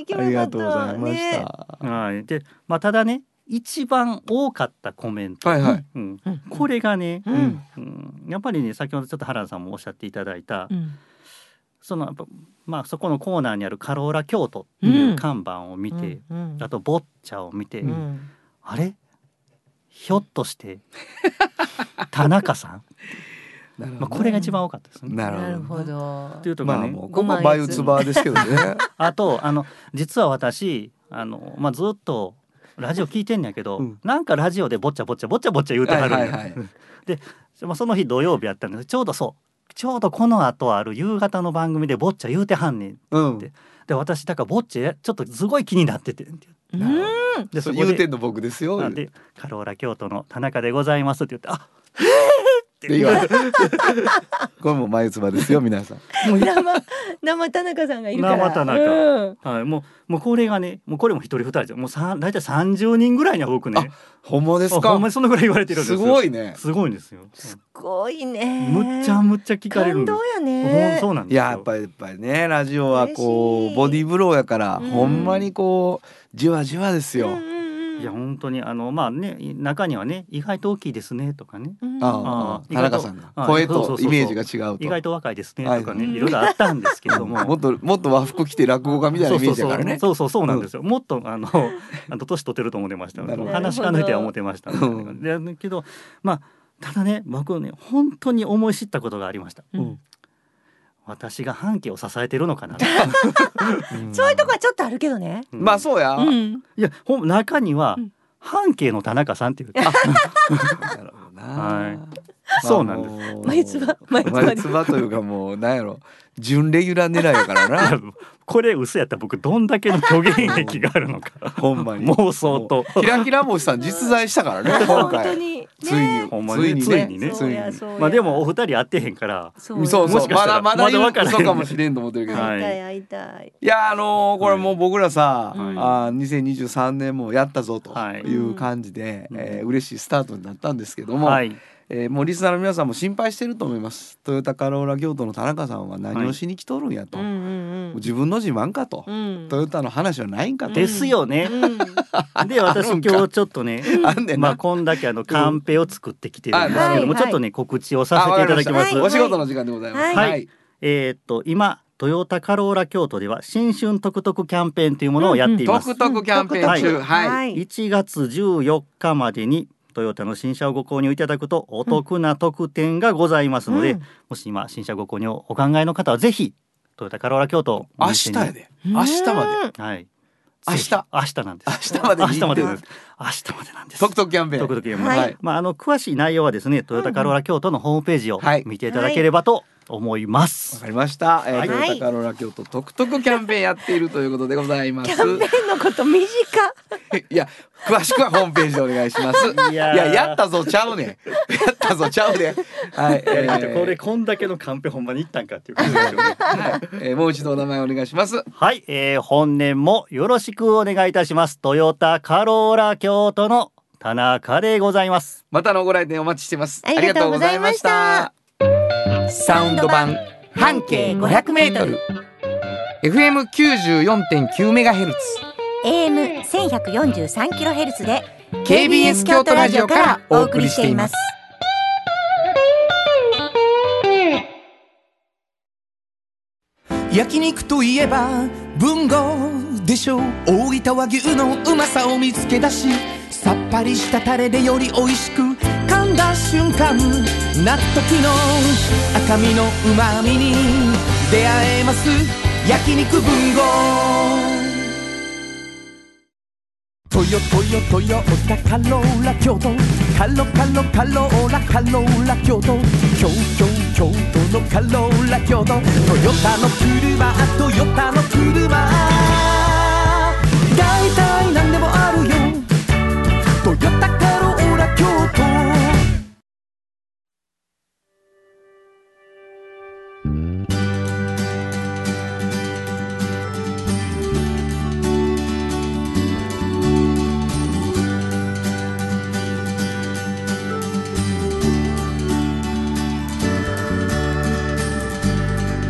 Speaker 3: いけ
Speaker 2: あ
Speaker 3: ば
Speaker 2: り
Speaker 3: よか
Speaker 2: が
Speaker 3: っ
Speaker 2: とうござ
Speaker 3: た
Speaker 2: いました、
Speaker 3: ね
Speaker 6: はい、で、まあ、ただね一番多かったコメント、
Speaker 2: はいはい
Speaker 6: うん
Speaker 3: うん
Speaker 6: これがね、
Speaker 3: うん
Speaker 6: うんやっぱりね先ほどちょっと原田さんもおっしゃっていただいた、
Speaker 3: うん
Speaker 6: そのやっぱまあそこのコーナーにある「カローラ京都」っていう看板を見て、
Speaker 3: うん
Speaker 6: あと「ボッチャ」を見て、
Speaker 3: うん
Speaker 6: あれひょっとして田中
Speaker 3: [LAUGHS]
Speaker 6: さん、
Speaker 2: なる
Speaker 6: まあ、
Speaker 2: ほど
Speaker 6: これが一番多かったですね。
Speaker 2: な
Speaker 3: な
Speaker 2: る
Speaker 3: る
Speaker 2: ほ
Speaker 3: ほ
Speaker 2: ど
Speaker 3: ど
Speaker 6: というと
Speaker 2: ま
Speaker 6: か
Speaker 2: あ
Speaker 6: ね、
Speaker 2: もうここはバイウツバーですけどね
Speaker 6: あとあの実は私あの、まあ、ずっとラジオ聞いてんねやけど、
Speaker 2: うん
Speaker 6: なんかラジオでぼっちゃぼっちゃぼっちゃぼっちゃ言うて
Speaker 2: は
Speaker 6: はる
Speaker 2: い
Speaker 6: んや、
Speaker 2: はい
Speaker 6: [LAUGHS]
Speaker 2: はい
Speaker 6: まあ、その日土曜日やったんですちょうどそうちょうどこの後ある夕方の番組でぼっちゃ言うてはんねん
Speaker 2: うん
Speaker 6: でで私だからぼっちゃちょっとすごい気になっててんって
Speaker 3: う
Speaker 2: なるほ
Speaker 3: ん
Speaker 2: ど
Speaker 6: で
Speaker 2: そ
Speaker 6: そうこ
Speaker 2: 言うて
Speaker 6: で
Speaker 2: んの僕ですよ
Speaker 6: あでカローラ京都の田中でございます」って言って「あ
Speaker 2: って言われるこれも眉唾ですよ皆さん
Speaker 3: 生生田中さんがいるから
Speaker 6: 生田中
Speaker 3: うん
Speaker 6: はい、もうもうこれがねもうこれも一人二人じゃもうさん大体30人ぐらいには多くね
Speaker 2: 本物で
Speaker 6: あ
Speaker 2: す
Speaker 6: ほ
Speaker 2: か
Speaker 6: んまにそのぐらい言われてるんです
Speaker 2: す
Speaker 6: よ
Speaker 2: ごいね
Speaker 6: すごいんですよ
Speaker 3: すごいね
Speaker 6: むっちゃむっちゃ聞かれるん
Speaker 3: 感
Speaker 6: です
Speaker 3: 動や
Speaker 6: ほん
Speaker 3: ね
Speaker 6: そうなんです
Speaker 2: い
Speaker 6: よ
Speaker 2: ややっぱりやっぱりねラジオはこ
Speaker 3: 嬉し
Speaker 2: う
Speaker 3: い
Speaker 2: ボディーブローやから、
Speaker 3: うん
Speaker 2: ほんまにこうじわじわですよ、
Speaker 3: うんうんうん
Speaker 6: いや本当にあのまあね中にはね意外と大きいですねとかね
Speaker 3: うん
Speaker 2: ああ
Speaker 6: うん
Speaker 2: 田中さんが
Speaker 6: あ
Speaker 2: 声
Speaker 6: そうそ
Speaker 2: と
Speaker 6: うそう
Speaker 2: イメージが違うと
Speaker 6: 意外と若いですね
Speaker 2: はい
Speaker 6: とかね
Speaker 3: うん
Speaker 6: いろいろあったんですけども
Speaker 2: [LAUGHS] もっともっと和服着て落語家みたいなイメージだからね
Speaker 6: そうそうそうそうそうなんですよ、もっ
Speaker 2: [LAUGHS]
Speaker 6: とあのあの年取ってると思ってました
Speaker 2: なるほど
Speaker 6: 話し家の人は思ってました、
Speaker 2: うん
Speaker 6: でだけどまあただね僕ね本当に思い知ったことがありました、
Speaker 2: うん
Speaker 6: 私が半径を支えてるのかな
Speaker 2: うん
Speaker 3: そういうとこはちょっとあるけどね
Speaker 2: まあそうや、
Speaker 3: うん
Speaker 6: いやほん中には、
Speaker 3: うん
Speaker 6: 半径の田中さんっていう
Speaker 2: なるほどな、
Speaker 6: はい
Speaker 2: まあ
Speaker 6: そうなんです
Speaker 2: もう
Speaker 3: 眉唾眉唾
Speaker 2: 眉唾というかもうなんやろ準レギュラー狙いやから
Speaker 6: [LAUGHS]
Speaker 2: な
Speaker 6: これ嘘やったら僕どんだけの虚言癖があるのか
Speaker 2: ほんまに
Speaker 6: 妄想と
Speaker 2: キラキラ星さん実在したからね今
Speaker 3: 本当
Speaker 2: 回
Speaker 3: にね
Speaker 2: ついに
Speaker 6: ほんま
Speaker 2: つい
Speaker 6: に
Speaker 2: に
Speaker 6: つい
Speaker 2: ね
Speaker 6: にね
Speaker 2: つ
Speaker 3: そう
Speaker 2: いに
Speaker 3: やそうや
Speaker 6: まあでもお二人会ってへんから
Speaker 3: そ
Speaker 2: うんそう
Speaker 3: や
Speaker 2: そう
Speaker 6: もしかし
Speaker 2: ま
Speaker 6: た
Speaker 2: だ
Speaker 6: ら
Speaker 2: ま
Speaker 6: まだ
Speaker 2: だ
Speaker 6: 分からへん
Speaker 2: 嘘かもしれんと思ってるけど、
Speaker 6: はい
Speaker 3: 会いたい会いたい
Speaker 2: いやあのーこれもう僕らさ、
Speaker 6: はい
Speaker 2: あー2023年もやったぞと
Speaker 6: はい
Speaker 2: いう感じで、
Speaker 6: うん
Speaker 2: えー嬉しいスタートになったんですけども、
Speaker 6: はい
Speaker 2: えーもうリスナーの皆さんも心配してると思いますトヨタカローラ京都の田中さんは何をしに来とるんやと、
Speaker 3: うんうん
Speaker 2: もう自分の自慢かと、
Speaker 7: うん
Speaker 2: トヨタの話はないんかと、
Speaker 6: ですよね。
Speaker 7: うん
Speaker 6: で私
Speaker 2: あるんか
Speaker 6: 今日ちょっとね
Speaker 2: あんねんな
Speaker 6: まあこんだけあのカンペを作ってきてるんですけども、
Speaker 3: はいはい
Speaker 6: ちょっとね告知をさせていただきます。
Speaker 2: あわかりましたお仕事の時間でございます。
Speaker 6: はいえーっと今トヨタカローラ京都では新春トクトクキャンペーンというものをやってい
Speaker 2: ト
Speaker 6: ます。
Speaker 2: クトクキャンペーン中、はい。
Speaker 6: 1月14日までにトヨタの新車をご購入いただくとお得な特典がございますので、もし今新車ご購入をお考えの方はぜひトヨタカローラ京都
Speaker 2: 明日やで。明日まで。
Speaker 6: で、はい、
Speaker 2: 明日
Speaker 6: ぜひ明日なんで
Speaker 2: 明
Speaker 6: す
Speaker 2: 日まで
Speaker 6: 明日まで
Speaker 2: に
Speaker 6: な
Speaker 2: 行っ
Speaker 6: ん
Speaker 2: て
Speaker 6: です明日までなんです
Speaker 2: トクトクキャンペーン。
Speaker 6: 特々読む
Speaker 2: はい
Speaker 6: まああの詳しい内容はですねトヨタカローラ京都のホームページを
Speaker 2: はい
Speaker 6: 見ていただければと思いま
Speaker 2: わ
Speaker 6: す。
Speaker 2: かりました。えー
Speaker 6: はい
Speaker 2: トヨタカローラ京都トクトクキャンペーンやっているということでございます。
Speaker 3: 変なこと短
Speaker 2: いや、詳しくはホームページでお願いします。い
Speaker 6: いや
Speaker 2: や、
Speaker 6: ー
Speaker 2: やったぞ、ちゃうねん。やったぞ、ちゃうねん。はい、えー
Speaker 6: これこんだけのカンペほんまにいったんかっていうことですよね。
Speaker 2: はいえーもう一度お名前お願いします。
Speaker 6: はい、えー本年もよろしくお願いいたします。トヨタカローラ京都の田中でございます。
Speaker 2: またのご来店お待ちしてます。
Speaker 3: ありがとうございました
Speaker 2: サウンド版半径500メートル FM 94.9メガヘルツ
Speaker 3: AM 1143キロヘルツで
Speaker 2: KBS 京都ラジオからお送りしています。
Speaker 4: 焼肉といえば文豪でしょう大分和牛のうまさを見つけ出しさっぱりしたタレでより美味しく噛んだ瞬間納得の赤身のうまみに出会えます焼肉文豪トヨトヨトヨタカローラ京都カロカロカローラカローラ京都京京京都のカローラ京都トヨタの車トヨタの車だいたいなんでもあるよトヨタカローラ京都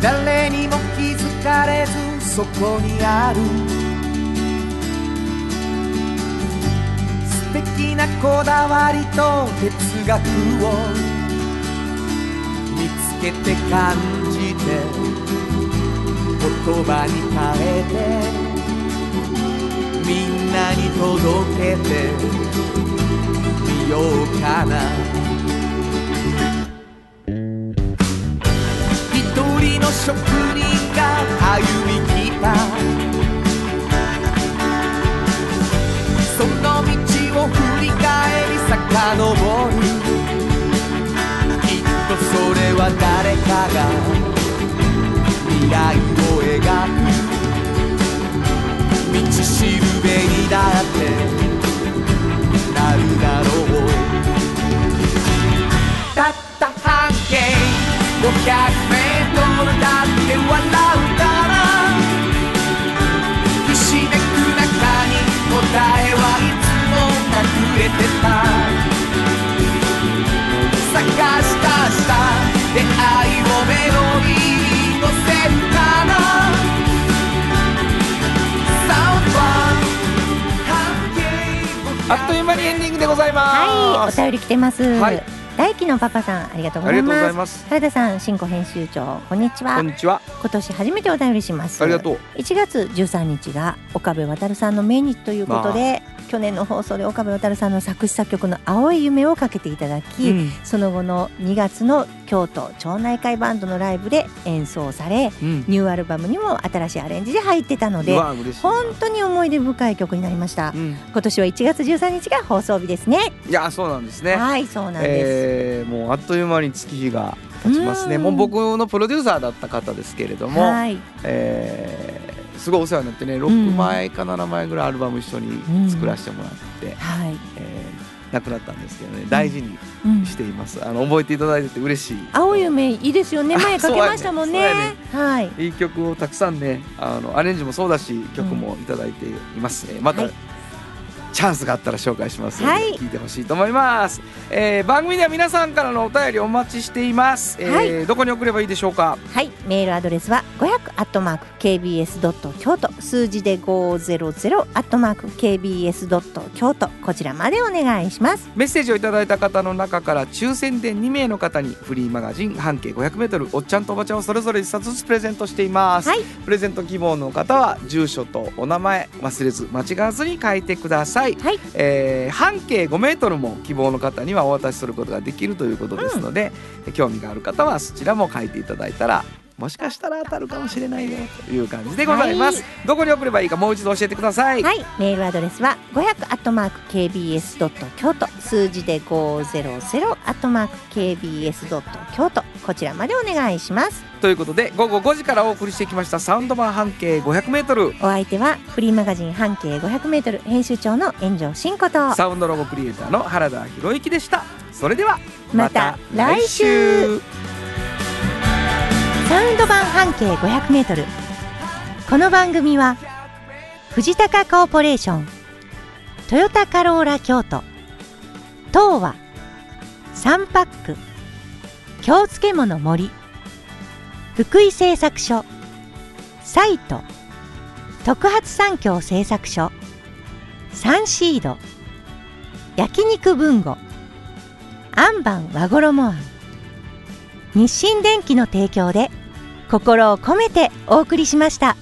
Speaker 4: 誰にも気づかれずそこにある素敵なこだわりと哲学を見つけて感じて言葉に変えてみんなに届けてみようかな一人の職人が歩み来たその道を振り返り遡るきっとそれは誰かが未来を描く道しるべにだってなるだろうたった半径500メートルだって笑うからひしめく中に答えはいつも隠れてた探したした出会いをメロディーに乗せるからサウンドは
Speaker 2: あっという間にエンディングでござい
Speaker 3: は
Speaker 2: ま
Speaker 3: い、
Speaker 2: す、
Speaker 3: お便り来てます。
Speaker 2: はい
Speaker 3: 大輝のパパさん、ありがとうご
Speaker 2: あ
Speaker 3: ざ
Speaker 2: り
Speaker 3: い
Speaker 2: がとうござい
Speaker 3: ます。
Speaker 2: ます
Speaker 3: 原田さん、新庫編集長、こんにちは
Speaker 2: こん。にちは
Speaker 3: 今年初めてお便りします。
Speaker 2: ありがとう
Speaker 3: 1月13日が岡部渉さんの命日ということで、去年の放送で岡部渉さんの作詞作曲の「青い夢」をかけていただき、
Speaker 2: うん
Speaker 3: その後の2月の京都町内会バンドのライブで演奏され
Speaker 2: うん
Speaker 3: ニューアルバムにも新しいアレンジで入ってたの
Speaker 2: う
Speaker 3: で
Speaker 2: わ嬉しいな
Speaker 3: 本当に思い出深い曲になりました
Speaker 2: うん
Speaker 3: 今年は1月13日が放送日ですね
Speaker 2: いやそうなんですね
Speaker 3: はいそうなんです、
Speaker 2: えーもうあっという間に月日が経ちますね
Speaker 3: うん
Speaker 2: もう僕のプロデューサーだった方ですけれども、
Speaker 3: はい
Speaker 2: えーすごいお世話になってね6枚か7枚ぐらいアルバム一緒に作らせてもらって、
Speaker 3: はい、
Speaker 2: えー亡くなったんですけどね大事に
Speaker 3: うん
Speaker 2: しています、あの覚えていただいてて嬉しい
Speaker 3: 青い夢いいですよね
Speaker 2: あ
Speaker 3: 前かけましたもんね
Speaker 2: そうやね
Speaker 3: はい
Speaker 2: いい曲をたくさんねあのアレンジもそうだし曲もいただいています、えーまた、
Speaker 3: はい
Speaker 2: チャンスがあったら紹介しますので、
Speaker 3: はい
Speaker 2: 聞いてほしいと思います、えー番組では皆さんからのお便りお待ちしています、えー
Speaker 3: はい
Speaker 2: どこに送ればいいでしょうか
Speaker 3: はい、メールアドレスは500アットマーク kbs ドット京都数字で500アットマーク kbs ドット京都こちらまでお願いします。
Speaker 2: メッセージをいただいた方の中から抽選で2名の方にフリーマガジン半径 500m おっちゃんとおばちゃんをそれぞれ1冊ずつプレゼントしています、
Speaker 3: はい
Speaker 2: プレゼント希望の方は住所とお名前忘れず間違わずに書いてください、
Speaker 3: はい
Speaker 2: えー半径 5m も希望の方にはお渡しすることができるということですので、興味がある方はそちらも書いていただいたらもしかしたら当たるかもしれないよという感じでございます、
Speaker 3: は
Speaker 2: どこに送ればいいかもう一度教えてください、
Speaker 3: はい、メールアドレスは500アットマーク kbs ドット京都数字で500アットマーク kbs ドット京都こちらまでお願いします。
Speaker 2: ということで午後5時からお送りしてきましたサウンド版半径 500m
Speaker 3: お相手はフリーマガジン半径500メートル編集長の炎上真子と。
Speaker 2: サウンドロゴクリエイターの原田博之でしたそれでは
Speaker 3: また来週サウンド版半径500メートル。この番組は藤高コーポレーション、トヨタカローラ京都、東和、サンパック、京漬物森、福井製作所、サイト、特発産業製作所、サンシード、焼肉文吾、アンバン和衣庵、日清電機の提供で心を込めてお送りしました。